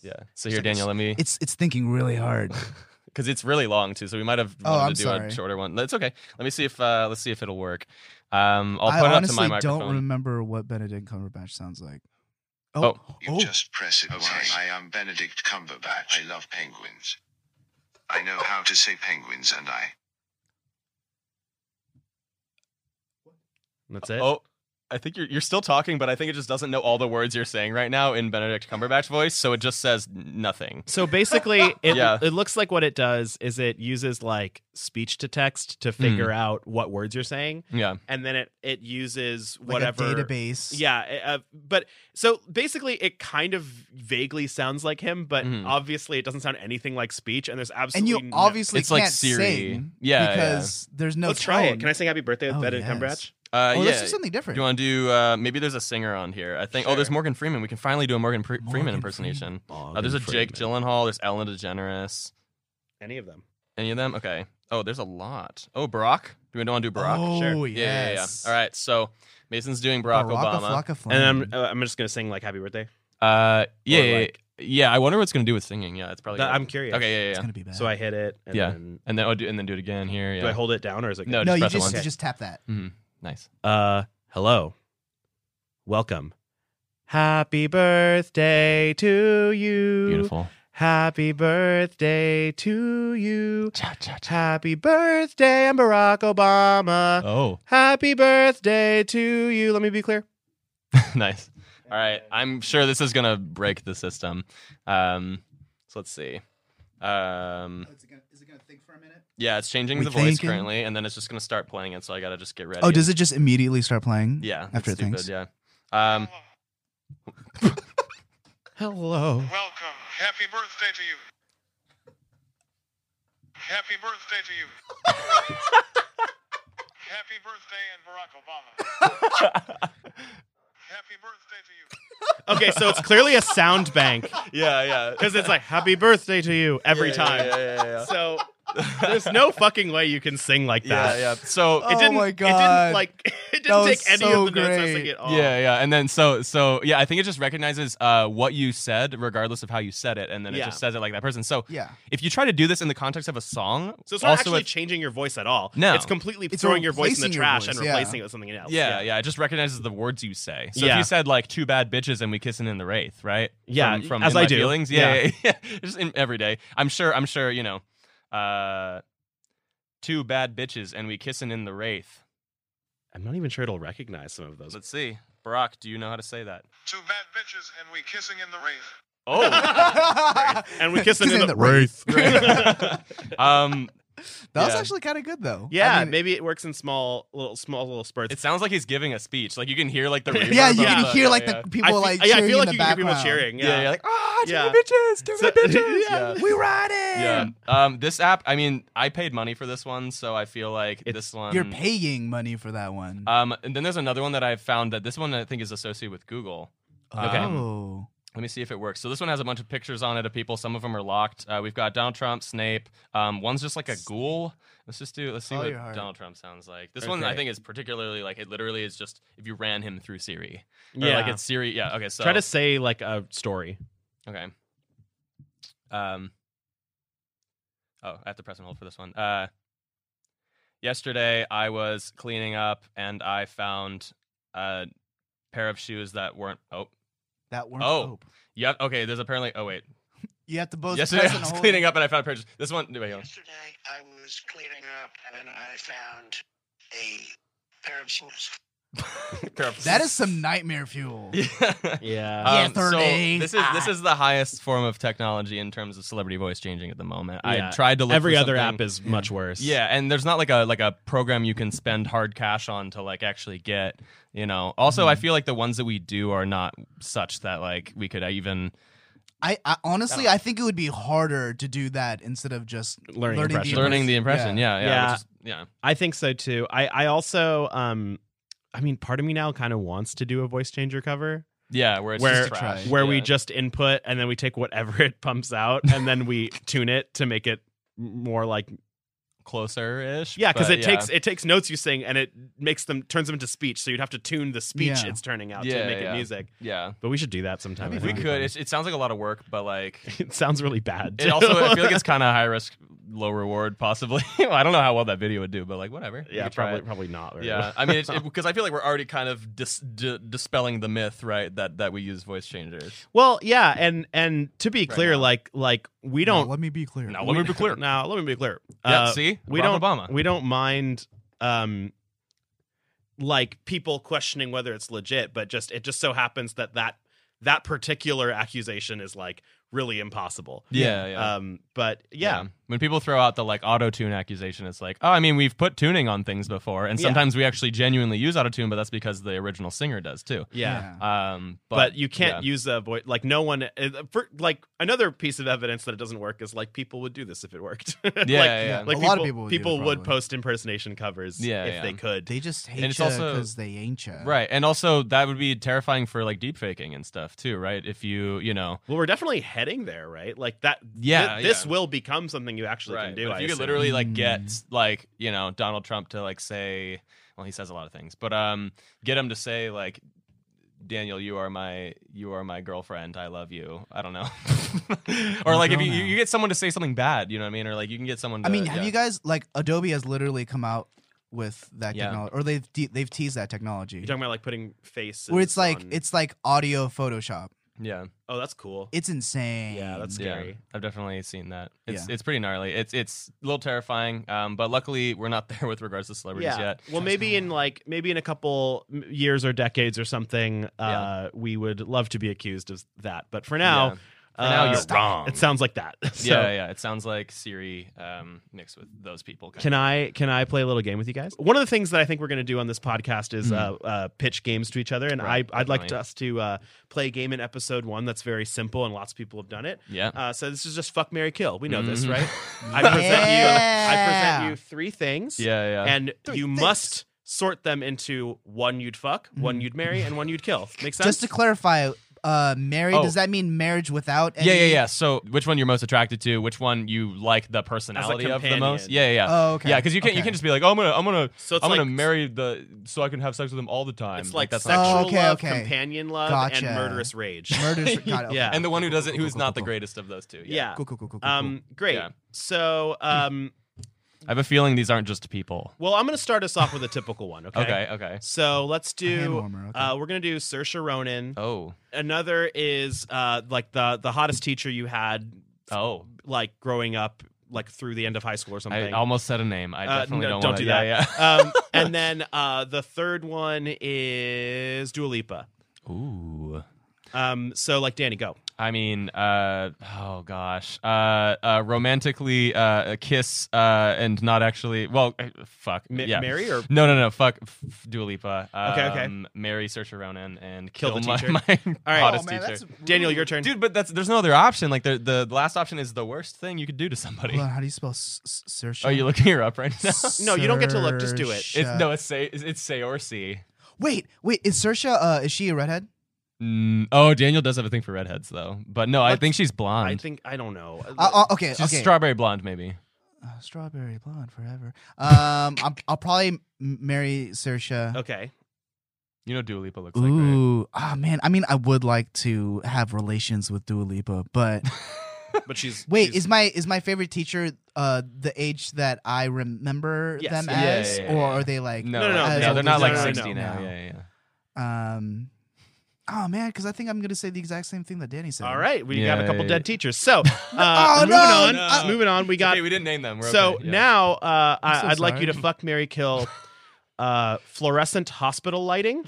[SPEAKER 2] Yeah. So here,
[SPEAKER 4] like a s-
[SPEAKER 2] Daniel, let me.
[SPEAKER 4] It's it's thinking really hard.
[SPEAKER 2] because it's really long too. So we might have
[SPEAKER 4] Oh,
[SPEAKER 2] wanted
[SPEAKER 4] I'm
[SPEAKER 2] to do a
[SPEAKER 4] sorry.
[SPEAKER 2] shorter one. That's okay. Let me see if uh, let's see if it'll work. Um, I'll
[SPEAKER 4] I
[SPEAKER 2] put it up to my
[SPEAKER 4] honestly
[SPEAKER 2] microphone.
[SPEAKER 4] don't remember what Benedict Cumberbatch sounds like. Oh,
[SPEAKER 6] You just press it away. I am Benedict Cumberbatch. I love penguins. I know how to say penguins and I.
[SPEAKER 3] That's it.
[SPEAKER 2] Oh, I think you're you're still talking, but I think it just doesn't know all the words you're saying right now in Benedict Cumberbatch voice. So it just says nothing.
[SPEAKER 3] So basically, it,
[SPEAKER 2] Yeah.
[SPEAKER 3] it looks like what it does is it uses like speech to text
[SPEAKER 2] Hmm.
[SPEAKER 3] to figure out what words you're saying,
[SPEAKER 2] Yeah.
[SPEAKER 3] and then it it uses
[SPEAKER 4] Like
[SPEAKER 3] whatever
[SPEAKER 4] a database.
[SPEAKER 3] Yeah, it, uh, but so basically, it kind of vaguely sounds like him, but
[SPEAKER 2] Mhm.
[SPEAKER 3] obviously, it doesn't sound anything like speech. And there's
[SPEAKER 4] And
[SPEAKER 3] absolutely
[SPEAKER 4] you
[SPEAKER 3] no-
[SPEAKER 4] obviously
[SPEAKER 2] It's
[SPEAKER 4] can't
[SPEAKER 2] like Siri.
[SPEAKER 4] sing
[SPEAKER 2] Yeah, yeah.
[SPEAKER 4] because there's no.
[SPEAKER 3] Let's try it.
[SPEAKER 4] tone.
[SPEAKER 3] Can I sing Happy Birthday with
[SPEAKER 4] Oh,
[SPEAKER 3] Benedict
[SPEAKER 4] yes.
[SPEAKER 3] Cumberbatch?
[SPEAKER 2] Uh,
[SPEAKER 4] Oh,
[SPEAKER 2] yeah.
[SPEAKER 4] let's do something
[SPEAKER 2] do
[SPEAKER 4] different.
[SPEAKER 2] you want to do? Uh, maybe there's a singer on here. I think. Oh, there's
[SPEAKER 3] Sure.
[SPEAKER 2] Morgan Freeman. We can finally do a Morgan, Pre- Freeman
[SPEAKER 4] Morgan
[SPEAKER 2] impersonation.
[SPEAKER 3] Oh,
[SPEAKER 2] Uh, there's a Jake Gyllenhaal. There's Ellen DeGeneres.
[SPEAKER 3] Any of them?
[SPEAKER 2] Any of them? Okay. Oh, there's a lot. Oh, Brock. Do we want to do Brock?
[SPEAKER 4] Oh,
[SPEAKER 3] Sure.
[SPEAKER 4] yes.
[SPEAKER 2] Yeah, yeah, yeah. All right. So Mason's doing Barack,
[SPEAKER 4] Baraka
[SPEAKER 2] Obama.
[SPEAKER 4] Flocka Flame.
[SPEAKER 3] And I'm uh, I'm just gonna sing like Happy Birthday.
[SPEAKER 2] Uh, yeah,
[SPEAKER 3] Or,
[SPEAKER 2] yeah,
[SPEAKER 3] like-
[SPEAKER 2] yeah. yeah. I wonder what's gonna do with singing. Yeah, it's probably.
[SPEAKER 3] That-
[SPEAKER 2] gonna-
[SPEAKER 3] I'm curious.
[SPEAKER 2] Okay, yeah,
[SPEAKER 4] It's
[SPEAKER 2] yeah, yeah.
[SPEAKER 4] gonna be bad.
[SPEAKER 3] So I hit it. And
[SPEAKER 2] Yeah.
[SPEAKER 3] Then,
[SPEAKER 2] And then oh, do, and then do it again here. Yeah.
[SPEAKER 3] Do I hold it down or is it?
[SPEAKER 2] No,
[SPEAKER 3] good?
[SPEAKER 4] no,
[SPEAKER 2] just
[SPEAKER 4] you
[SPEAKER 2] press it
[SPEAKER 4] just you
[SPEAKER 2] once.
[SPEAKER 4] just tap that.
[SPEAKER 2] Mhm. Nice.
[SPEAKER 3] Uh, hello. Welcome. Happy birthday to you.
[SPEAKER 2] Beautiful.
[SPEAKER 3] Happy birthday to you. Happy birthday, and Barack Obama.
[SPEAKER 2] Oh,
[SPEAKER 3] Happy birthday to you. Let me be clear.
[SPEAKER 2] nice. All right. I'm sure this is gonna break the system. Um, so let's see. Um,
[SPEAKER 4] Is it gonna think for a minute?
[SPEAKER 2] yeah, it's changing
[SPEAKER 4] We
[SPEAKER 2] the voice
[SPEAKER 4] thinking?
[SPEAKER 2] currently, and then it's just gonna start playing it. So I gotta just get ready.
[SPEAKER 4] Oh, does
[SPEAKER 2] and-
[SPEAKER 4] it just immediately start playing?
[SPEAKER 2] Yeah. it's
[SPEAKER 4] after it
[SPEAKER 2] stupid,
[SPEAKER 4] thinks.
[SPEAKER 2] Yeah. Um,
[SPEAKER 3] Hello.
[SPEAKER 6] Welcome. Happy birthday to you. Happy birthday to you. Happy birthday and Barack Obama. Happy birthday to you.
[SPEAKER 3] Okay, so it's clearly a sound bank
[SPEAKER 2] yeah, yeah.
[SPEAKER 3] because it's like "Happy birthday to you" every
[SPEAKER 2] Yeah,
[SPEAKER 3] time.
[SPEAKER 2] Yeah, yeah, yeah.
[SPEAKER 3] So there's no fucking way you can sing like
[SPEAKER 2] yeah,
[SPEAKER 3] that.
[SPEAKER 2] yeah. So
[SPEAKER 3] It
[SPEAKER 4] Oh
[SPEAKER 3] didn't,
[SPEAKER 4] my
[SPEAKER 3] It didn't
[SPEAKER 4] God.
[SPEAKER 3] like. It
[SPEAKER 4] That
[SPEAKER 3] didn't
[SPEAKER 4] was
[SPEAKER 3] take any
[SPEAKER 4] so
[SPEAKER 3] of the notes I was "Oh."
[SPEAKER 4] great.
[SPEAKER 3] thinking at all.
[SPEAKER 2] Yeah, yeah. And then so so yeah, I think it just recognizes uh what you said regardless of how you said it and then it
[SPEAKER 3] Yeah.
[SPEAKER 2] just says it like that person. So
[SPEAKER 4] Yeah.
[SPEAKER 2] if you try to do this in the context of a song,
[SPEAKER 3] So it's not
[SPEAKER 2] also
[SPEAKER 3] actually
[SPEAKER 2] it-
[SPEAKER 3] changing your voice at all.
[SPEAKER 2] No.
[SPEAKER 3] it's completely
[SPEAKER 4] It's
[SPEAKER 3] throwing your voice in the
[SPEAKER 4] replacing your
[SPEAKER 3] trash
[SPEAKER 4] voice,
[SPEAKER 3] and
[SPEAKER 4] yeah.
[SPEAKER 3] replacing it with something else.
[SPEAKER 2] yeah, yeah, It just recognizes the words you say. So if
[SPEAKER 3] Yeah.
[SPEAKER 2] you said like two bad bitches and we kissing in the wraith, right?
[SPEAKER 3] Yeah,
[SPEAKER 2] From, from
[SPEAKER 3] as
[SPEAKER 2] In
[SPEAKER 3] I
[SPEAKER 2] My
[SPEAKER 3] do.
[SPEAKER 2] feelings. Yeah, yeah. yeah, just in, every day. I'm sure. I'm sure. You know, uh, two bad bitches and we kissing in the wraith.
[SPEAKER 3] I'm not even sure it'll recognize some of those.
[SPEAKER 2] Let's see, Barack. Do you know how to say that?
[SPEAKER 6] Two bad bitches and we kissing in the wraith.
[SPEAKER 2] Oh.
[SPEAKER 3] And we kiss them in the
[SPEAKER 4] wraith.
[SPEAKER 2] um,
[SPEAKER 4] That was
[SPEAKER 2] Yeah.
[SPEAKER 4] actually kind of good though.
[SPEAKER 3] Yeah,
[SPEAKER 4] I mean,
[SPEAKER 3] maybe it works in small little small little spurts.
[SPEAKER 2] it sounds like he's giving a speech. Like you can hear like the reverb
[SPEAKER 4] yeah, you
[SPEAKER 2] of
[SPEAKER 4] can
[SPEAKER 2] the-
[SPEAKER 4] hear
[SPEAKER 2] yeah,
[SPEAKER 4] like
[SPEAKER 2] yeah.
[SPEAKER 4] the
[SPEAKER 3] I
[SPEAKER 4] people
[SPEAKER 3] feel,
[SPEAKER 4] like
[SPEAKER 3] yeah, I
[SPEAKER 4] cheering
[SPEAKER 3] feel like
[SPEAKER 4] in
[SPEAKER 3] you
[SPEAKER 4] the
[SPEAKER 3] can hear people
[SPEAKER 4] background.
[SPEAKER 3] cheering. Yeah,
[SPEAKER 2] Yeah, you're like, ah, two
[SPEAKER 3] Yeah.
[SPEAKER 2] bitches, two
[SPEAKER 3] So-
[SPEAKER 2] bitches.
[SPEAKER 3] Yeah.
[SPEAKER 4] We ride it.
[SPEAKER 2] Yeah. Um, this app, I mean, I paid money for this one, so I feel like
[SPEAKER 3] It's-
[SPEAKER 2] this one.
[SPEAKER 4] You're paying money for that one.
[SPEAKER 2] Um, and then there's another one that I've found that this one I think is associated with Google. okay.
[SPEAKER 4] Oh.
[SPEAKER 2] Let me see if it works. So this one has a bunch of pictures on it of people. Some of them are locked. Uh, we've got Donald Trump, Snape. Um, one's just like a ghoul. Let's just do. Let's see
[SPEAKER 4] Follow
[SPEAKER 2] what
[SPEAKER 4] your heart.
[SPEAKER 2] Donald Trump sounds like. This one I
[SPEAKER 3] Okay.
[SPEAKER 2] think is particularly like it. Literally is just if you ran him through Siri. Or,
[SPEAKER 3] yeah.
[SPEAKER 2] Like it's Siri. Yeah. Okay. So
[SPEAKER 3] Try to say like a story.
[SPEAKER 2] Okay. Um. Oh, I have to press and hold for this one. Uh. Yesterday, I was cleaning up and I found a pair of shoes that weren't. Oh,
[SPEAKER 4] That weren't
[SPEAKER 2] Oh.
[SPEAKER 4] hope.
[SPEAKER 2] yep. Okay, there's apparently. Oh wait.
[SPEAKER 4] You have to both
[SPEAKER 2] Yesterday,
[SPEAKER 4] press
[SPEAKER 2] I
[SPEAKER 4] and
[SPEAKER 2] was
[SPEAKER 4] hold.
[SPEAKER 2] cleaning up and I found a pair of. This one. Wait, hold on.
[SPEAKER 7] Yesterday, I was cleaning up and I found a pair of shoes.
[SPEAKER 2] Pair of-
[SPEAKER 4] That is some nightmare fuel.
[SPEAKER 2] Yeah.
[SPEAKER 3] Yeah.
[SPEAKER 2] Um, so
[SPEAKER 4] Yesterday,
[SPEAKER 2] this is this is the highest form of technology in terms of celebrity voice changing at the moment. I
[SPEAKER 3] Yeah.
[SPEAKER 2] tried to look
[SPEAKER 3] Every
[SPEAKER 2] for
[SPEAKER 3] other
[SPEAKER 2] something-
[SPEAKER 3] app is much worse.
[SPEAKER 2] Yeah, and there's not like a like a program you can spend hard cash on to like actually get, you know. Also, I feel like the ones that we do are not such that like we could uh, even
[SPEAKER 4] I, I honestly, I think it would be harder to do that instead of just
[SPEAKER 3] Learning
[SPEAKER 4] learning
[SPEAKER 3] impression.
[SPEAKER 4] the
[SPEAKER 2] learning the impression. Yeah, yeah,
[SPEAKER 3] Yeah.
[SPEAKER 2] which is- yeah.
[SPEAKER 3] I think so too. I I also um I mean part of me now kind of wants to do a voice changer cover.
[SPEAKER 2] Yeah, where it's just
[SPEAKER 3] where
[SPEAKER 2] trash.
[SPEAKER 3] where we
[SPEAKER 2] Yeah.
[SPEAKER 3] just input and then we take whatever it pumps out and then we tune it to make it more like
[SPEAKER 2] closer ish.
[SPEAKER 3] yeah because it takes it takes notes you sing and it makes them turns them into speech so you'd have to tune the speech
[SPEAKER 4] Yeah.
[SPEAKER 3] it's turning out
[SPEAKER 2] Yeah,
[SPEAKER 3] to make
[SPEAKER 2] yeah.
[SPEAKER 3] it music
[SPEAKER 2] yeah.
[SPEAKER 3] but we should do that sometime
[SPEAKER 2] If
[SPEAKER 3] I
[SPEAKER 2] we
[SPEAKER 3] think.
[SPEAKER 2] could, it, it sounds like a lot of work, but like
[SPEAKER 3] it sounds really bad
[SPEAKER 2] it
[SPEAKER 3] too.
[SPEAKER 2] also I feel like it's kind of high risk, low reward. Possibly, Well, I don't know how well that video would do, but like whatever. We
[SPEAKER 3] yeah
[SPEAKER 2] could try
[SPEAKER 3] probably
[SPEAKER 2] it.
[SPEAKER 3] probably not very
[SPEAKER 2] Yeah,
[SPEAKER 3] well.
[SPEAKER 2] I mean, it's because I feel like we're already kind of dis- d- dispelling the myth, right? That that we use voice changers.
[SPEAKER 3] well yeah and and to be
[SPEAKER 2] Right
[SPEAKER 3] clear
[SPEAKER 2] now.
[SPEAKER 3] like like we
[SPEAKER 4] Now,
[SPEAKER 3] don't
[SPEAKER 4] let me be clear.
[SPEAKER 2] Now let me be clear.
[SPEAKER 3] now let me be clear
[SPEAKER 2] Yeah,
[SPEAKER 3] Uh,
[SPEAKER 2] see,
[SPEAKER 3] we
[SPEAKER 2] Barack
[SPEAKER 3] don't
[SPEAKER 2] Obama.
[SPEAKER 3] we don't mind um like people questioning whether it's legit but just it just so happens that that that particular accusation is like really impossible
[SPEAKER 2] yeah, yeah.
[SPEAKER 3] um but yeah,
[SPEAKER 2] When people throw out the like auto tune accusation, it's like, oh, I mean, we've put tuning on things before, and
[SPEAKER 3] Yeah.
[SPEAKER 2] sometimes we actually genuinely use auto tune, but that's because the original singer does too.
[SPEAKER 3] yeah
[SPEAKER 2] Um, but,
[SPEAKER 3] but, you can't
[SPEAKER 2] yeah.
[SPEAKER 3] use a voice like no one uh, for, like another piece of evidence that it doesn't work is like people would do this if it worked yeah like,
[SPEAKER 2] yeah.
[SPEAKER 3] like
[SPEAKER 4] A
[SPEAKER 3] people,
[SPEAKER 4] lot of people would do it,
[SPEAKER 3] would
[SPEAKER 4] probably.
[SPEAKER 3] post impersonation covers
[SPEAKER 2] Yeah,
[SPEAKER 3] if
[SPEAKER 2] yeah.
[SPEAKER 3] they could
[SPEAKER 4] They just hate
[SPEAKER 2] And it's
[SPEAKER 4] you
[SPEAKER 2] also-
[SPEAKER 4] because they ain't you.
[SPEAKER 2] right, and also that would be terrifying for like deep faking and stuff too, right? If you, you know,
[SPEAKER 3] Well, we're definitely heading there, right? Like that.
[SPEAKER 2] Yeah,
[SPEAKER 3] thi- this
[SPEAKER 2] yeah.
[SPEAKER 3] will become something you actually
[SPEAKER 2] right.
[SPEAKER 3] can do.
[SPEAKER 2] but
[SPEAKER 3] I
[SPEAKER 2] if you could
[SPEAKER 3] assume.
[SPEAKER 2] literally like get
[SPEAKER 4] Mm.
[SPEAKER 2] like you know Donald Trump to like say, well, he says a lot of things, but um, get him to say like. Daniel, you are my you are my girlfriend. I love you. I don't know, or
[SPEAKER 4] My
[SPEAKER 2] like if
[SPEAKER 4] girl
[SPEAKER 2] you, you
[SPEAKER 4] now.
[SPEAKER 2] you get someone to say something bad, you know what I mean, or like you can get someone. To,
[SPEAKER 4] I mean,
[SPEAKER 2] Uh, yeah.
[SPEAKER 4] have you guys like Adobe has literally come out with that
[SPEAKER 2] Yeah.
[SPEAKER 4] technology, or they've de- they've teased that
[SPEAKER 3] You're
[SPEAKER 4] technology
[SPEAKER 3] talking about like putting faces.
[SPEAKER 4] where it's like
[SPEAKER 3] on-
[SPEAKER 4] it's like audio Photoshop.
[SPEAKER 2] Yeah,
[SPEAKER 3] Oh, that's cool.
[SPEAKER 4] It's insane.
[SPEAKER 3] Yeah, that's
[SPEAKER 2] yeah.
[SPEAKER 3] scary.
[SPEAKER 2] I've definitely seen that. It's
[SPEAKER 4] Yeah.
[SPEAKER 2] it's pretty gnarly. It's it's a little terrifying. Um, but luckily we're not there with regards to celebrities
[SPEAKER 3] Yeah.
[SPEAKER 2] yet.
[SPEAKER 3] Well, maybe in like maybe in a couple m- years or decades or something,
[SPEAKER 2] Yeah.
[SPEAKER 3] uh, we would love to be accused of that. But for now,
[SPEAKER 2] Yeah. For now,
[SPEAKER 3] uh,
[SPEAKER 2] you're wrong.
[SPEAKER 3] It sounds like that. So,
[SPEAKER 2] yeah, yeah. It sounds like Siri um, mixed with those people.
[SPEAKER 3] Can I can I play a little game with you guys? One of the things that I think we're going to do on this podcast is uh, uh, pitch games to each other, and
[SPEAKER 2] Mm. Right,
[SPEAKER 3] I, I'd like
[SPEAKER 2] definitely.
[SPEAKER 3] us to uh, play a game in episode one that's very simple, and lots of people have done it.
[SPEAKER 2] Yeah.
[SPEAKER 3] Uh, so this is just fuck Mary Kill. We know this,
[SPEAKER 2] Mhm.
[SPEAKER 3] right? I present you. I
[SPEAKER 4] Yeah.
[SPEAKER 3] present you three things.
[SPEAKER 2] yeah, yeah.
[SPEAKER 3] And you must sort them into one you'd fuck,
[SPEAKER 2] Mm.
[SPEAKER 3] one you'd marry, and one you'd kill. Make sense?
[SPEAKER 4] Just to clarify, uh, married
[SPEAKER 2] Oh.
[SPEAKER 4] does that mean marriage without? Any...
[SPEAKER 2] yeah, yeah, yeah. So, which one you're most attracted to? Which one you like the personality of the most? Yeah, yeah,
[SPEAKER 3] companion.
[SPEAKER 2] yeah.
[SPEAKER 4] Oh, okay.
[SPEAKER 2] Yeah, because you can't you
[SPEAKER 4] Okay.
[SPEAKER 2] can't just be like, oh, I'm gonna I'm gonna
[SPEAKER 3] So it's
[SPEAKER 2] I'm gonna
[SPEAKER 3] like-
[SPEAKER 2] marry the so I can have sex with them all the time.
[SPEAKER 3] it's like,
[SPEAKER 2] that's not-
[SPEAKER 3] sexual
[SPEAKER 4] Oh, okay,
[SPEAKER 3] love,
[SPEAKER 4] okay.
[SPEAKER 3] companion love,
[SPEAKER 4] Gotcha.
[SPEAKER 3] and murderous rage.
[SPEAKER 4] Murders. got it, okay.
[SPEAKER 3] Yeah.
[SPEAKER 2] and the one who doesn't who's
[SPEAKER 4] cool,
[SPEAKER 2] not the
[SPEAKER 4] cool.
[SPEAKER 2] greatest of those two.
[SPEAKER 3] yeah.
[SPEAKER 4] Cool, cool, cool, cool. cool,
[SPEAKER 3] Um, great.
[SPEAKER 2] Yeah.
[SPEAKER 3] So, um,
[SPEAKER 2] I have a feeling these aren't just people.
[SPEAKER 3] well, I'm going to start us off with a typical one, okay?
[SPEAKER 2] Okay, okay.
[SPEAKER 3] So let's
[SPEAKER 4] hand
[SPEAKER 3] do.
[SPEAKER 4] warmer, okay.
[SPEAKER 3] Uh, we're gonna do Saoirse Ronan.
[SPEAKER 2] Oh,
[SPEAKER 3] Another is uh, like the the hottest teacher you had,
[SPEAKER 2] oh.
[SPEAKER 3] like growing up, like through the end of high school or something.
[SPEAKER 2] I almost said a name. I
[SPEAKER 3] Uh,
[SPEAKER 2] definitely
[SPEAKER 3] no,
[SPEAKER 2] don't,
[SPEAKER 3] don't
[SPEAKER 2] wanna-
[SPEAKER 3] do
[SPEAKER 2] yeah,
[SPEAKER 3] that.
[SPEAKER 2] Yeah.
[SPEAKER 3] um, and then uh, the third one is Dua Lipa.
[SPEAKER 2] Ooh.
[SPEAKER 3] Um, so like Danny, go.
[SPEAKER 2] I mean, uh, oh gosh, uh, uh, romantically uh, a kiss uh, and not actually. Well, eh, fuck.
[SPEAKER 3] Ma-
[SPEAKER 2] yeah.
[SPEAKER 3] Mary or
[SPEAKER 2] No, no, no. Fuck. F- Dua Lipa. Um,
[SPEAKER 3] Okay, okay.
[SPEAKER 2] Marry Saoirse Ronan and
[SPEAKER 3] Kill
[SPEAKER 2] kill,
[SPEAKER 3] the
[SPEAKER 2] my,
[SPEAKER 3] teacher.
[SPEAKER 2] my
[SPEAKER 3] right.
[SPEAKER 2] hottest
[SPEAKER 4] Oh, man,
[SPEAKER 2] teacher.
[SPEAKER 4] that's-
[SPEAKER 3] Daniel, your turn.
[SPEAKER 2] Dude, but that's there's no other option. Like the the last option is the worst thing you could do to somebody.
[SPEAKER 4] Hold on, how do you spell s- s- Saoirse?
[SPEAKER 2] Are you looking her up right now?
[SPEAKER 3] Oh, No, you don't get to look, just do it.
[SPEAKER 2] It's
[SPEAKER 4] Saoirse.
[SPEAKER 2] no, it's say it's Saoirse.
[SPEAKER 4] Wait, wait. Is Saoirse? Uh, is she a redhead?
[SPEAKER 2] Mm, oh, Daniel does have a thing for redheads though, but no, I
[SPEAKER 3] What?
[SPEAKER 2] think she's blonde.
[SPEAKER 3] I think I don't know.
[SPEAKER 4] Uh, uh, okay,
[SPEAKER 2] she's
[SPEAKER 4] okay.
[SPEAKER 2] strawberry blonde, maybe.
[SPEAKER 4] Uh, strawberry blonde forever. Um, I'm, I'll probably m- marry Saoirse.
[SPEAKER 3] okay.
[SPEAKER 2] You know, Dua Lipa looks like. right?
[SPEAKER 4] Ooh, ah, man. I mean, I would like to have relations with Dua Lipa, but
[SPEAKER 3] But she's
[SPEAKER 4] wait,
[SPEAKER 3] she's-
[SPEAKER 4] is my is my favorite teacher uh the age that I remember
[SPEAKER 3] Yes,
[SPEAKER 4] them
[SPEAKER 3] yeah,
[SPEAKER 2] yeah,
[SPEAKER 4] as,
[SPEAKER 2] yeah, yeah,
[SPEAKER 4] or
[SPEAKER 2] yeah.
[SPEAKER 4] are they like
[SPEAKER 2] No,
[SPEAKER 3] No, no, no,
[SPEAKER 4] as
[SPEAKER 2] no, they're
[SPEAKER 4] old
[SPEAKER 2] not
[SPEAKER 4] as
[SPEAKER 2] like
[SPEAKER 4] I am
[SPEAKER 2] 60 now. Yeah, yeah.
[SPEAKER 4] Um, oh man, because I think I'm gonna say the exact same thing that Danny said.
[SPEAKER 3] all right. We got a
[SPEAKER 2] Yeah,
[SPEAKER 3] couple
[SPEAKER 2] yeah,
[SPEAKER 3] dead
[SPEAKER 2] yeah.
[SPEAKER 3] teachers. So
[SPEAKER 4] Oh,
[SPEAKER 3] uh, moving
[SPEAKER 4] no,
[SPEAKER 3] on,
[SPEAKER 2] no.
[SPEAKER 3] moving on. We got
[SPEAKER 2] okay, we didn't name them. We're
[SPEAKER 3] so
[SPEAKER 2] okay, yeah.
[SPEAKER 3] now uh, I,
[SPEAKER 4] I'm so
[SPEAKER 3] I'd like you to
[SPEAKER 4] sorry.
[SPEAKER 3] fuck Mary Kill uh, fluorescent hospital lighting,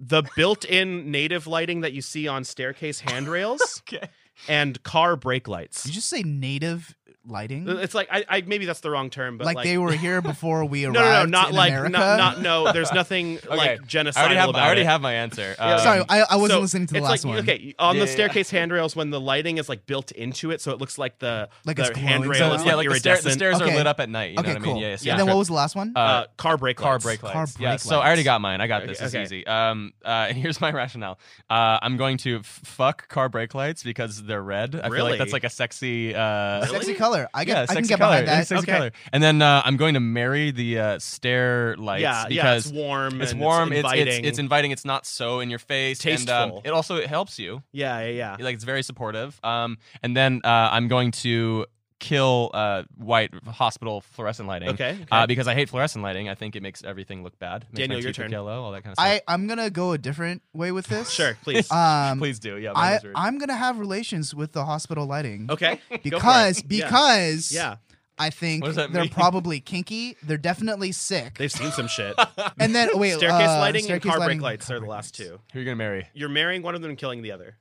[SPEAKER 3] the built in native lighting that you see on staircase handrails,
[SPEAKER 2] Okay.
[SPEAKER 3] and car brake lights.
[SPEAKER 4] Did you just say native lighting?
[SPEAKER 3] It's like I, I maybe that's the wrong term, Uh, but
[SPEAKER 4] like,
[SPEAKER 3] like,
[SPEAKER 4] they were here before we
[SPEAKER 3] no,
[SPEAKER 4] arrived.
[SPEAKER 3] no, no, not
[SPEAKER 4] in
[SPEAKER 3] like
[SPEAKER 4] America?
[SPEAKER 3] not, not no. There's nothing like genocidal
[SPEAKER 2] I already have.
[SPEAKER 3] about
[SPEAKER 2] I already
[SPEAKER 3] it.
[SPEAKER 2] have my answer. Um,
[SPEAKER 4] Sorry, I, I wasn't
[SPEAKER 3] So,
[SPEAKER 4] listening to the
[SPEAKER 3] it's
[SPEAKER 4] last
[SPEAKER 3] like,
[SPEAKER 4] one.
[SPEAKER 3] Okay, on
[SPEAKER 2] Yeah,
[SPEAKER 3] the
[SPEAKER 2] yeah,
[SPEAKER 3] staircase handrails, when the lighting is like built into it, so it looks like the
[SPEAKER 4] Like
[SPEAKER 3] the
[SPEAKER 4] it's glowing.
[SPEAKER 3] handrail
[SPEAKER 2] So
[SPEAKER 4] Yeah,
[SPEAKER 3] is
[SPEAKER 2] yeah,
[SPEAKER 3] like
[SPEAKER 2] like the, stair, the
[SPEAKER 3] iridescent.
[SPEAKER 2] stairs
[SPEAKER 4] Okay.
[SPEAKER 2] are lit up at night. You
[SPEAKER 4] okay,
[SPEAKER 2] know what
[SPEAKER 4] cool.
[SPEAKER 2] I mean? Yeah, yeah.
[SPEAKER 4] and then
[SPEAKER 2] yeah.
[SPEAKER 4] what was the last one?
[SPEAKER 2] Uh,
[SPEAKER 3] uh, car brake
[SPEAKER 2] car
[SPEAKER 3] lights.
[SPEAKER 2] brake lights.
[SPEAKER 4] Car
[SPEAKER 2] yeah,
[SPEAKER 4] brake
[SPEAKER 2] so I already
[SPEAKER 4] lights.
[SPEAKER 2] got mine. I got
[SPEAKER 3] Okay,
[SPEAKER 2] this. It's
[SPEAKER 3] okay.
[SPEAKER 2] easy. Um, uh, and here's my rationale. Uh, I'm going to f- fuck car brake lights because they're red. I feel
[SPEAKER 3] Really?
[SPEAKER 2] like that's like a sexy. Uh,
[SPEAKER 4] Sexy color. I get.
[SPEAKER 2] yeah,
[SPEAKER 4] I
[SPEAKER 2] sexy
[SPEAKER 4] can get
[SPEAKER 2] color.
[SPEAKER 4] behind
[SPEAKER 2] It's
[SPEAKER 4] that.
[SPEAKER 2] Sexy
[SPEAKER 4] okay.
[SPEAKER 2] color. And then uh, I'm going to marry the uh, stair lights
[SPEAKER 3] Yeah, yeah,
[SPEAKER 2] because
[SPEAKER 3] it's warm.
[SPEAKER 2] it's
[SPEAKER 3] and
[SPEAKER 2] warm.
[SPEAKER 3] It's
[SPEAKER 2] It's,
[SPEAKER 3] inviting.
[SPEAKER 2] it's, it's inviting. It's not so in your face. And, um,
[SPEAKER 3] Tasteful. Ah.
[SPEAKER 2] it also it helps you.
[SPEAKER 3] yeah, yeah, yeah.
[SPEAKER 2] Like it's very supportive. Um, and then uh, I'm going to kill uh, white hospital fluorescent lighting.
[SPEAKER 3] Okay. okay.
[SPEAKER 2] Uh, because I hate fluorescent lighting. I think it makes everything look bad. Makes
[SPEAKER 3] Daniel,
[SPEAKER 2] my
[SPEAKER 3] your
[SPEAKER 2] teeth look
[SPEAKER 3] turn.
[SPEAKER 2] Yellow, all that kind of stuff.
[SPEAKER 4] I I'm gonna go a different way with this.
[SPEAKER 3] sure, please.
[SPEAKER 4] Um,
[SPEAKER 2] Please do. Yeah. mine
[SPEAKER 4] I
[SPEAKER 2] was weird.
[SPEAKER 4] I'm gonna have relations with the hospital lighting
[SPEAKER 3] okay. go for it.
[SPEAKER 4] because
[SPEAKER 3] Yeah.
[SPEAKER 4] because
[SPEAKER 3] yeah,
[SPEAKER 4] I think
[SPEAKER 2] What does that
[SPEAKER 4] they're
[SPEAKER 2] mean?
[SPEAKER 4] probably kinky. They're definitely sick.
[SPEAKER 3] they've seen some shit.
[SPEAKER 4] and then wait,
[SPEAKER 3] staircase
[SPEAKER 4] uh,
[SPEAKER 3] lighting
[SPEAKER 4] staircase
[SPEAKER 3] and car
[SPEAKER 4] lighting-
[SPEAKER 3] brake lights
[SPEAKER 4] car
[SPEAKER 3] are the
[SPEAKER 4] brake
[SPEAKER 3] last
[SPEAKER 4] lights.
[SPEAKER 3] two.
[SPEAKER 2] Who are you gonna marry?
[SPEAKER 3] You're marrying one of them and killing the other.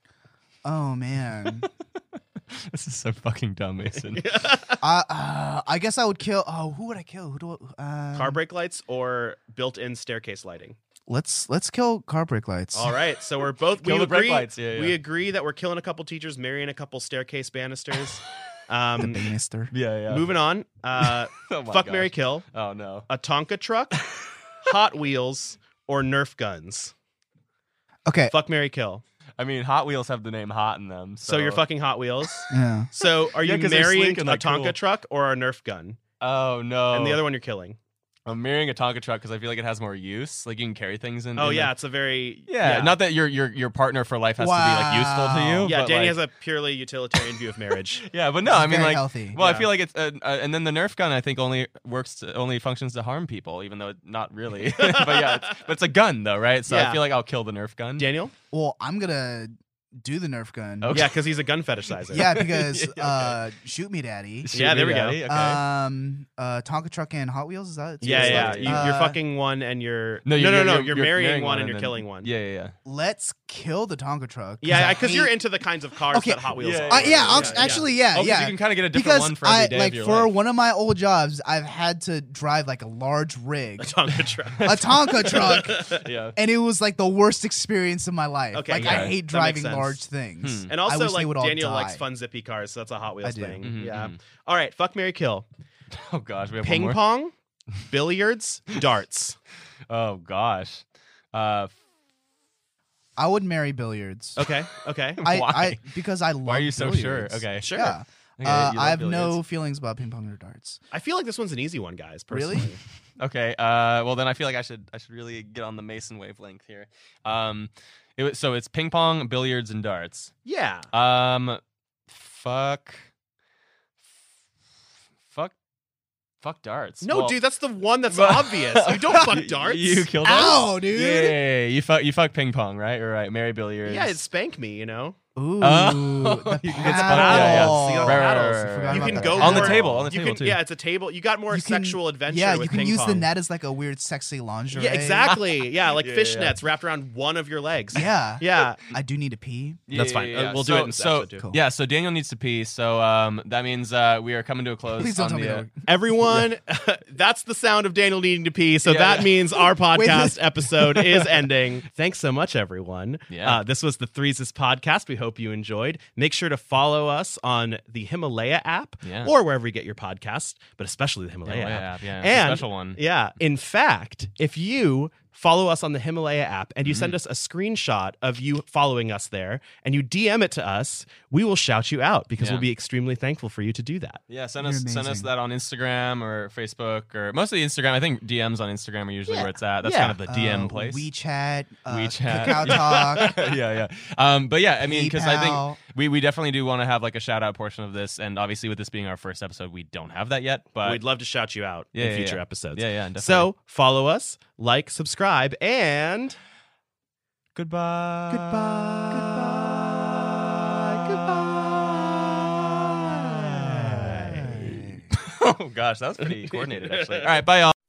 [SPEAKER 4] Oh man,
[SPEAKER 2] This is so fucking dumb, Mason.
[SPEAKER 4] I uh, I guess I would kill. Oh, who would I kill? Who do I, um,
[SPEAKER 3] Car brake lights or built-in staircase lighting.
[SPEAKER 4] Let's let's kill car brake lights.
[SPEAKER 3] All right, so we're both we
[SPEAKER 2] Kill the brake
[SPEAKER 3] agree.
[SPEAKER 2] lights, yeah,
[SPEAKER 3] We
[SPEAKER 2] yeah.
[SPEAKER 3] agree that we're killing a couple teachers, marrying a couple staircase banisters. Um,
[SPEAKER 4] Bannister.
[SPEAKER 2] Yeah, yeah.
[SPEAKER 3] moving on. Uh,
[SPEAKER 2] Oh my
[SPEAKER 3] fuck,
[SPEAKER 2] gosh.
[SPEAKER 3] Mary, kill
[SPEAKER 2] Oh no.
[SPEAKER 3] a Tonka truck, Hot Wheels, or Nerf guns.
[SPEAKER 4] Okay.
[SPEAKER 3] Fuck, Mary, kill.
[SPEAKER 2] I mean, Hot Wheels have the name hot in them. So,
[SPEAKER 3] So, you're fucking Hot Wheels.
[SPEAKER 4] Yeah.
[SPEAKER 3] So are you
[SPEAKER 2] Yeah, 'cause they're
[SPEAKER 3] marrying
[SPEAKER 2] sleek
[SPEAKER 3] a
[SPEAKER 2] and, like,
[SPEAKER 3] Tonka
[SPEAKER 2] cool.
[SPEAKER 3] truck or a Nerf gun?
[SPEAKER 2] Oh no.
[SPEAKER 3] And the other one you're killing.
[SPEAKER 2] I'm marrying a Tonka truck because I feel like it has more use. Like you can carry things in.
[SPEAKER 3] Oh
[SPEAKER 2] in
[SPEAKER 3] yeah,
[SPEAKER 2] the-
[SPEAKER 3] it's a very
[SPEAKER 2] yeah. Not that your your your partner for life has to be like useful
[SPEAKER 4] Wow.
[SPEAKER 2] to you.
[SPEAKER 3] yeah.
[SPEAKER 2] but,
[SPEAKER 3] Danny
[SPEAKER 2] like-
[SPEAKER 3] has a purely utilitarian view of marriage.
[SPEAKER 2] Yeah, but no,
[SPEAKER 4] It's
[SPEAKER 2] I mean
[SPEAKER 4] very
[SPEAKER 2] like.
[SPEAKER 4] healthy.
[SPEAKER 2] Well,
[SPEAKER 3] Yeah.
[SPEAKER 2] I feel like it's uh, uh, and then the Nerf gun I think only works to, only functions to harm people, even though it, not really. but yeah, it's, but it's a gun though, right? So I
[SPEAKER 3] Yeah.
[SPEAKER 2] feel like I'll kill the Nerf gun.
[SPEAKER 3] Daniel,
[SPEAKER 4] Well, I'm gonna do the Nerf gun.
[SPEAKER 2] Okay.
[SPEAKER 3] yeah, because he's a gun fetishizer.
[SPEAKER 4] Yeah, because
[SPEAKER 2] Okay.
[SPEAKER 4] uh, shoot me, daddy.
[SPEAKER 2] Shoot
[SPEAKER 3] Yeah,
[SPEAKER 2] me,
[SPEAKER 3] there we go.
[SPEAKER 2] Daddy, Okay.
[SPEAKER 4] Um, uh, Tonka truck and Hot Wheels. Is that? it's
[SPEAKER 3] Yeah,
[SPEAKER 4] what it's
[SPEAKER 3] yeah.
[SPEAKER 4] like?
[SPEAKER 3] You,
[SPEAKER 4] Uh,
[SPEAKER 3] you're fucking one and you're no,
[SPEAKER 2] you're-
[SPEAKER 3] no, no, no. You're,
[SPEAKER 2] you're
[SPEAKER 3] marrying, one and you're
[SPEAKER 2] then-
[SPEAKER 3] killing one.
[SPEAKER 2] Yeah, yeah, yeah.
[SPEAKER 4] Let's kill the Tonka truck.
[SPEAKER 3] yeah, because you're
[SPEAKER 4] hate-
[SPEAKER 3] into the kinds of cars
[SPEAKER 4] Okay.
[SPEAKER 3] that Hot Wheels
[SPEAKER 2] Yeah,
[SPEAKER 3] are.
[SPEAKER 4] Uh, yeah, I'll,
[SPEAKER 3] yeah.
[SPEAKER 4] actually, yeah,
[SPEAKER 2] Oh, 'cause
[SPEAKER 4] yeah.
[SPEAKER 2] you can kind of get a different
[SPEAKER 4] because
[SPEAKER 2] one for
[SPEAKER 4] I
[SPEAKER 2] every day
[SPEAKER 4] like
[SPEAKER 2] of your
[SPEAKER 4] for
[SPEAKER 2] life.
[SPEAKER 4] one of my old jobs, I've had to drive like a large rig,
[SPEAKER 3] a Tonka truck.
[SPEAKER 4] a Tonka truck,
[SPEAKER 2] yeah.
[SPEAKER 4] and it was like the worst experience of my life.
[SPEAKER 3] Okay,
[SPEAKER 4] like I hate
[SPEAKER 2] okay.
[SPEAKER 3] That makes
[SPEAKER 4] driving
[SPEAKER 3] sense.
[SPEAKER 4] large things.
[SPEAKER 2] Hmm.
[SPEAKER 3] And
[SPEAKER 4] I
[SPEAKER 3] also,
[SPEAKER 4] wish they
[SPEAKER 3] like
[SPEAKER 4] would all
[SPEAKER 3] Daniel likes
[SPEAKER 4] die.
[SPEAKER 3] fun zippy cars, so that's a Hot Wheels
[SPEAKER 4] I do. Mm-hmm,
[SPEAKER 3] thing.
[SPEAKER 2] Mhm,
[SPEAKER 3] yeah.
[SPEAKER 2] mhm.
[SPEAKER 3] All right, fuck Mary Kill.
[SPEAKER 2] Oh gosh, we have
[SPEAKER 3] Ping
[SPEAKER 2] one more.
[SPEAKER 3] pong, billiards, darts.
[SPEAKER 2] Oh gosh. Uh,
[SPEAKER 4] I would marry billiards.
[SPEAKER 3] Okay, okay.
[SPEAKER 4] I,
[SPEAKER 2] Why?
[SPEAKER 4] I because I love.
[SPEAKER 2] why are you so
[SPEAKER 4] billiards.
[SPEAKER 2] sure? Okay.
[SPEAKER 3] Sure.
[SPEAKER 4] Yeah.
[SPEAKER 2] Okay,
[SPEAKER 4] Uh,
[SPEAKER 2] you love
[SPEAKER 4] I have no
[SPEAKER 2] billiards.
[SPEAKER 4] feelings about ping pong or darts.
[SPEAKER 3] I feel like this one's an easy one, guys.
[SPEAKER 4] Really?
[SPEAKER 3] Personally.
[SPEAKER 2] Okay. Uh, well then I feel like I should I should really get on the Mason wavelength here. Um, it was, so it's ping pong, billiards, and darts.
[SPEAKER 3] Yeah.
[SPEAKER 2] Um, fuck. Fuck. Fuck darts.
[SPEAKER 3] No,
[SPEAKER 2] Well-
[SPEAKER 3] dude, that's the one that's
[SPEAKER 2] well-
[SPEAKER 3] obvious. You don't fuck darts.
[SPEAKER 2] You kill darts.
[SPEAKER 4] Ow, dude.
[SPEAKER 2] Yeah, yeah, yeah, you fuck you fuck ping pong, right? All right, Mary billiards.
[SPEAKER 3] yeah, it spank me. You know,
[SPEAKER 4] Ooh, the
[SPEAKER 2] you can
[SPEAKER 4] paddle.
[SPEAKER 2] get spun- yeah, yeah.
[SPEAKER 3] See,
[SPEAKER 2] Right,
[SPEAKER 3] on
[SPEAKER 4] I
[SPEAKER 2] right, right, right, right,
[SPEAKER 3] paddles,
[SPEAKER 4] forgot
[SPEAKER 2] right.
[SPEAKER 3] you
[SPEAKER 4] about
[SPEAKER 3] can
[SPEAKER 4] that.
[SPEAKER 3] go
[SPEAKER 2] on the
[SPEAKER 3] for it.
[SPEAKER 2] table. On the
[SPEAKER 3] you
[SPEAKER 2] table
[SPEAKER 3] can,
[SPEAKER 2] too.
[SPEAKER 3] yeah, it's a table. You got more
[SPEAKER 4] You can-
[SPEAKER 3] sexual adventure
[SPEAKER 4] Yeah,
[SPEAKER 3] with
[SPEAKER 4] you can
[SPEAKER 3] ping
[SPEAKER 4] use the
[SPEAKER 3] pong.
[SPEAKER 4] net as like a weird sexy lingerie.
[SPEAKER 3] Yeah, exactly. Yeah, like
[SPEAKER 2] Yeah, yeah,
[SPEAKER 3] fishnets
[SPEAKER 2] yeah.
[SPEAKER 3] wrapped around one of your legs.
[SPEAKER 4] Yeah,
[SPEAKER 3] yeah.
[SPEAKER 4] I do need to pee.
[SPEAKER 3] That's fine. Uh, we'll do
[SPEAKER 2] so,
[SPEAKER 3] it in this
[SPEAKER 2] so,
[SPEAKER 3] episode, too.
[SPEAKER 4] Cool.
[SPEAKER 2] Yeah, so Daniel needs to pee. So um, that means uh, we are coming to a close.
[SPEAKER 4] Please don't tell
[SPEAKER 2] on the,
[SPEAKER 4] me
[SPEAKER 2] uh,
[SPEAKER 4] that.
[SPEAKER 3] Everyone, that's the sound of Daniel needing to pee. So
[SPEAKER 2] Yeah,
[SPEAKER 3] that
[SPEAKER 2] yeah.
[SPEAKER 3] means our podcast
[SPEAKER 4] this-
[SPEAKER 3] episode is ending. Thanks so much, everyone.
[SPEAKER 2] Yeah.
[SPEAKER 3] Uh, this was the Threes podcast. We hope you enjoyed. Make sure to follow us on the Himalaya app
[SPEAKER 2] Yeah.
[SPEAKER 3] or wherever you get your podcast, but especially the Himalaya,
[SPEAKER 2] Himalaya app,
[SPEAKER 3] app.
[SPEAKER 2] uh, yeah, it's a
[SPEAKER 3] and,
[SPEAKER 2] special one.
[SPEAKER 3] Yeah. In fact, if you follow us on the Himalaya app and you send
[SPEAKER 2] Mm-hmm.
[SPEAKER 3] us a screenshot of you following us there and you DM it to us, we will shout you out because
[SPEAKER 2] Yeah.
[SPEAKER 3] we'll be extremely thankful for you to do that.
[SPEAKER 2] Yeah, send
[SPEAKER 4] You're
[SPEAKER 2] us send us
[SPEAKER 4] amazing.
[SPEAKER 2] that on Instagram or Facebook or mostly Instagram. I think DMs on Instagram are usually where it's at. That's
[SPEAKER 3] Yeah.
[SPEAKER 2] kind of the DM
[SPEAKER 4] Uh,
[SPEAKER 2] place.
[SPEAKER 4] WeChat, uh,
[SPEAKER 2] WeChat.
[SPEAKER 4] Kakao
[SPEAKER 2] Yeah.
[SPEAKER 4] Talk.
[SPEAKER 2] yeah, yeah. Um, but yeah, I mean, because I
[SPEAKER 4] PayPal.
[SPEAKER 2] think we, we definitely do want to have like a shout out portion of this, and obviously with this being our first episode, we don't have that yet. But
[SPEAKER 3] We'd love to shout you out
[SPEAKER 2] Yeah,
[SPEAKER 3] in
[SPEAKER 2] yeah,
[SPEAKER 3] future
[SPEAKER 2] yeah.
[SPEAKER 3] episodes.
[SPEAKER 2] yeah, yeah, definitely.
[SPEAKER 3] So follow us, like, subscribe, and
[SPEAKER 2] goodbye.
[SPEAKER 3] goodbye. Goodbye.
[SPEAKER 2] oh gosh, that was pretty coordinated actually. All right, bye y'all.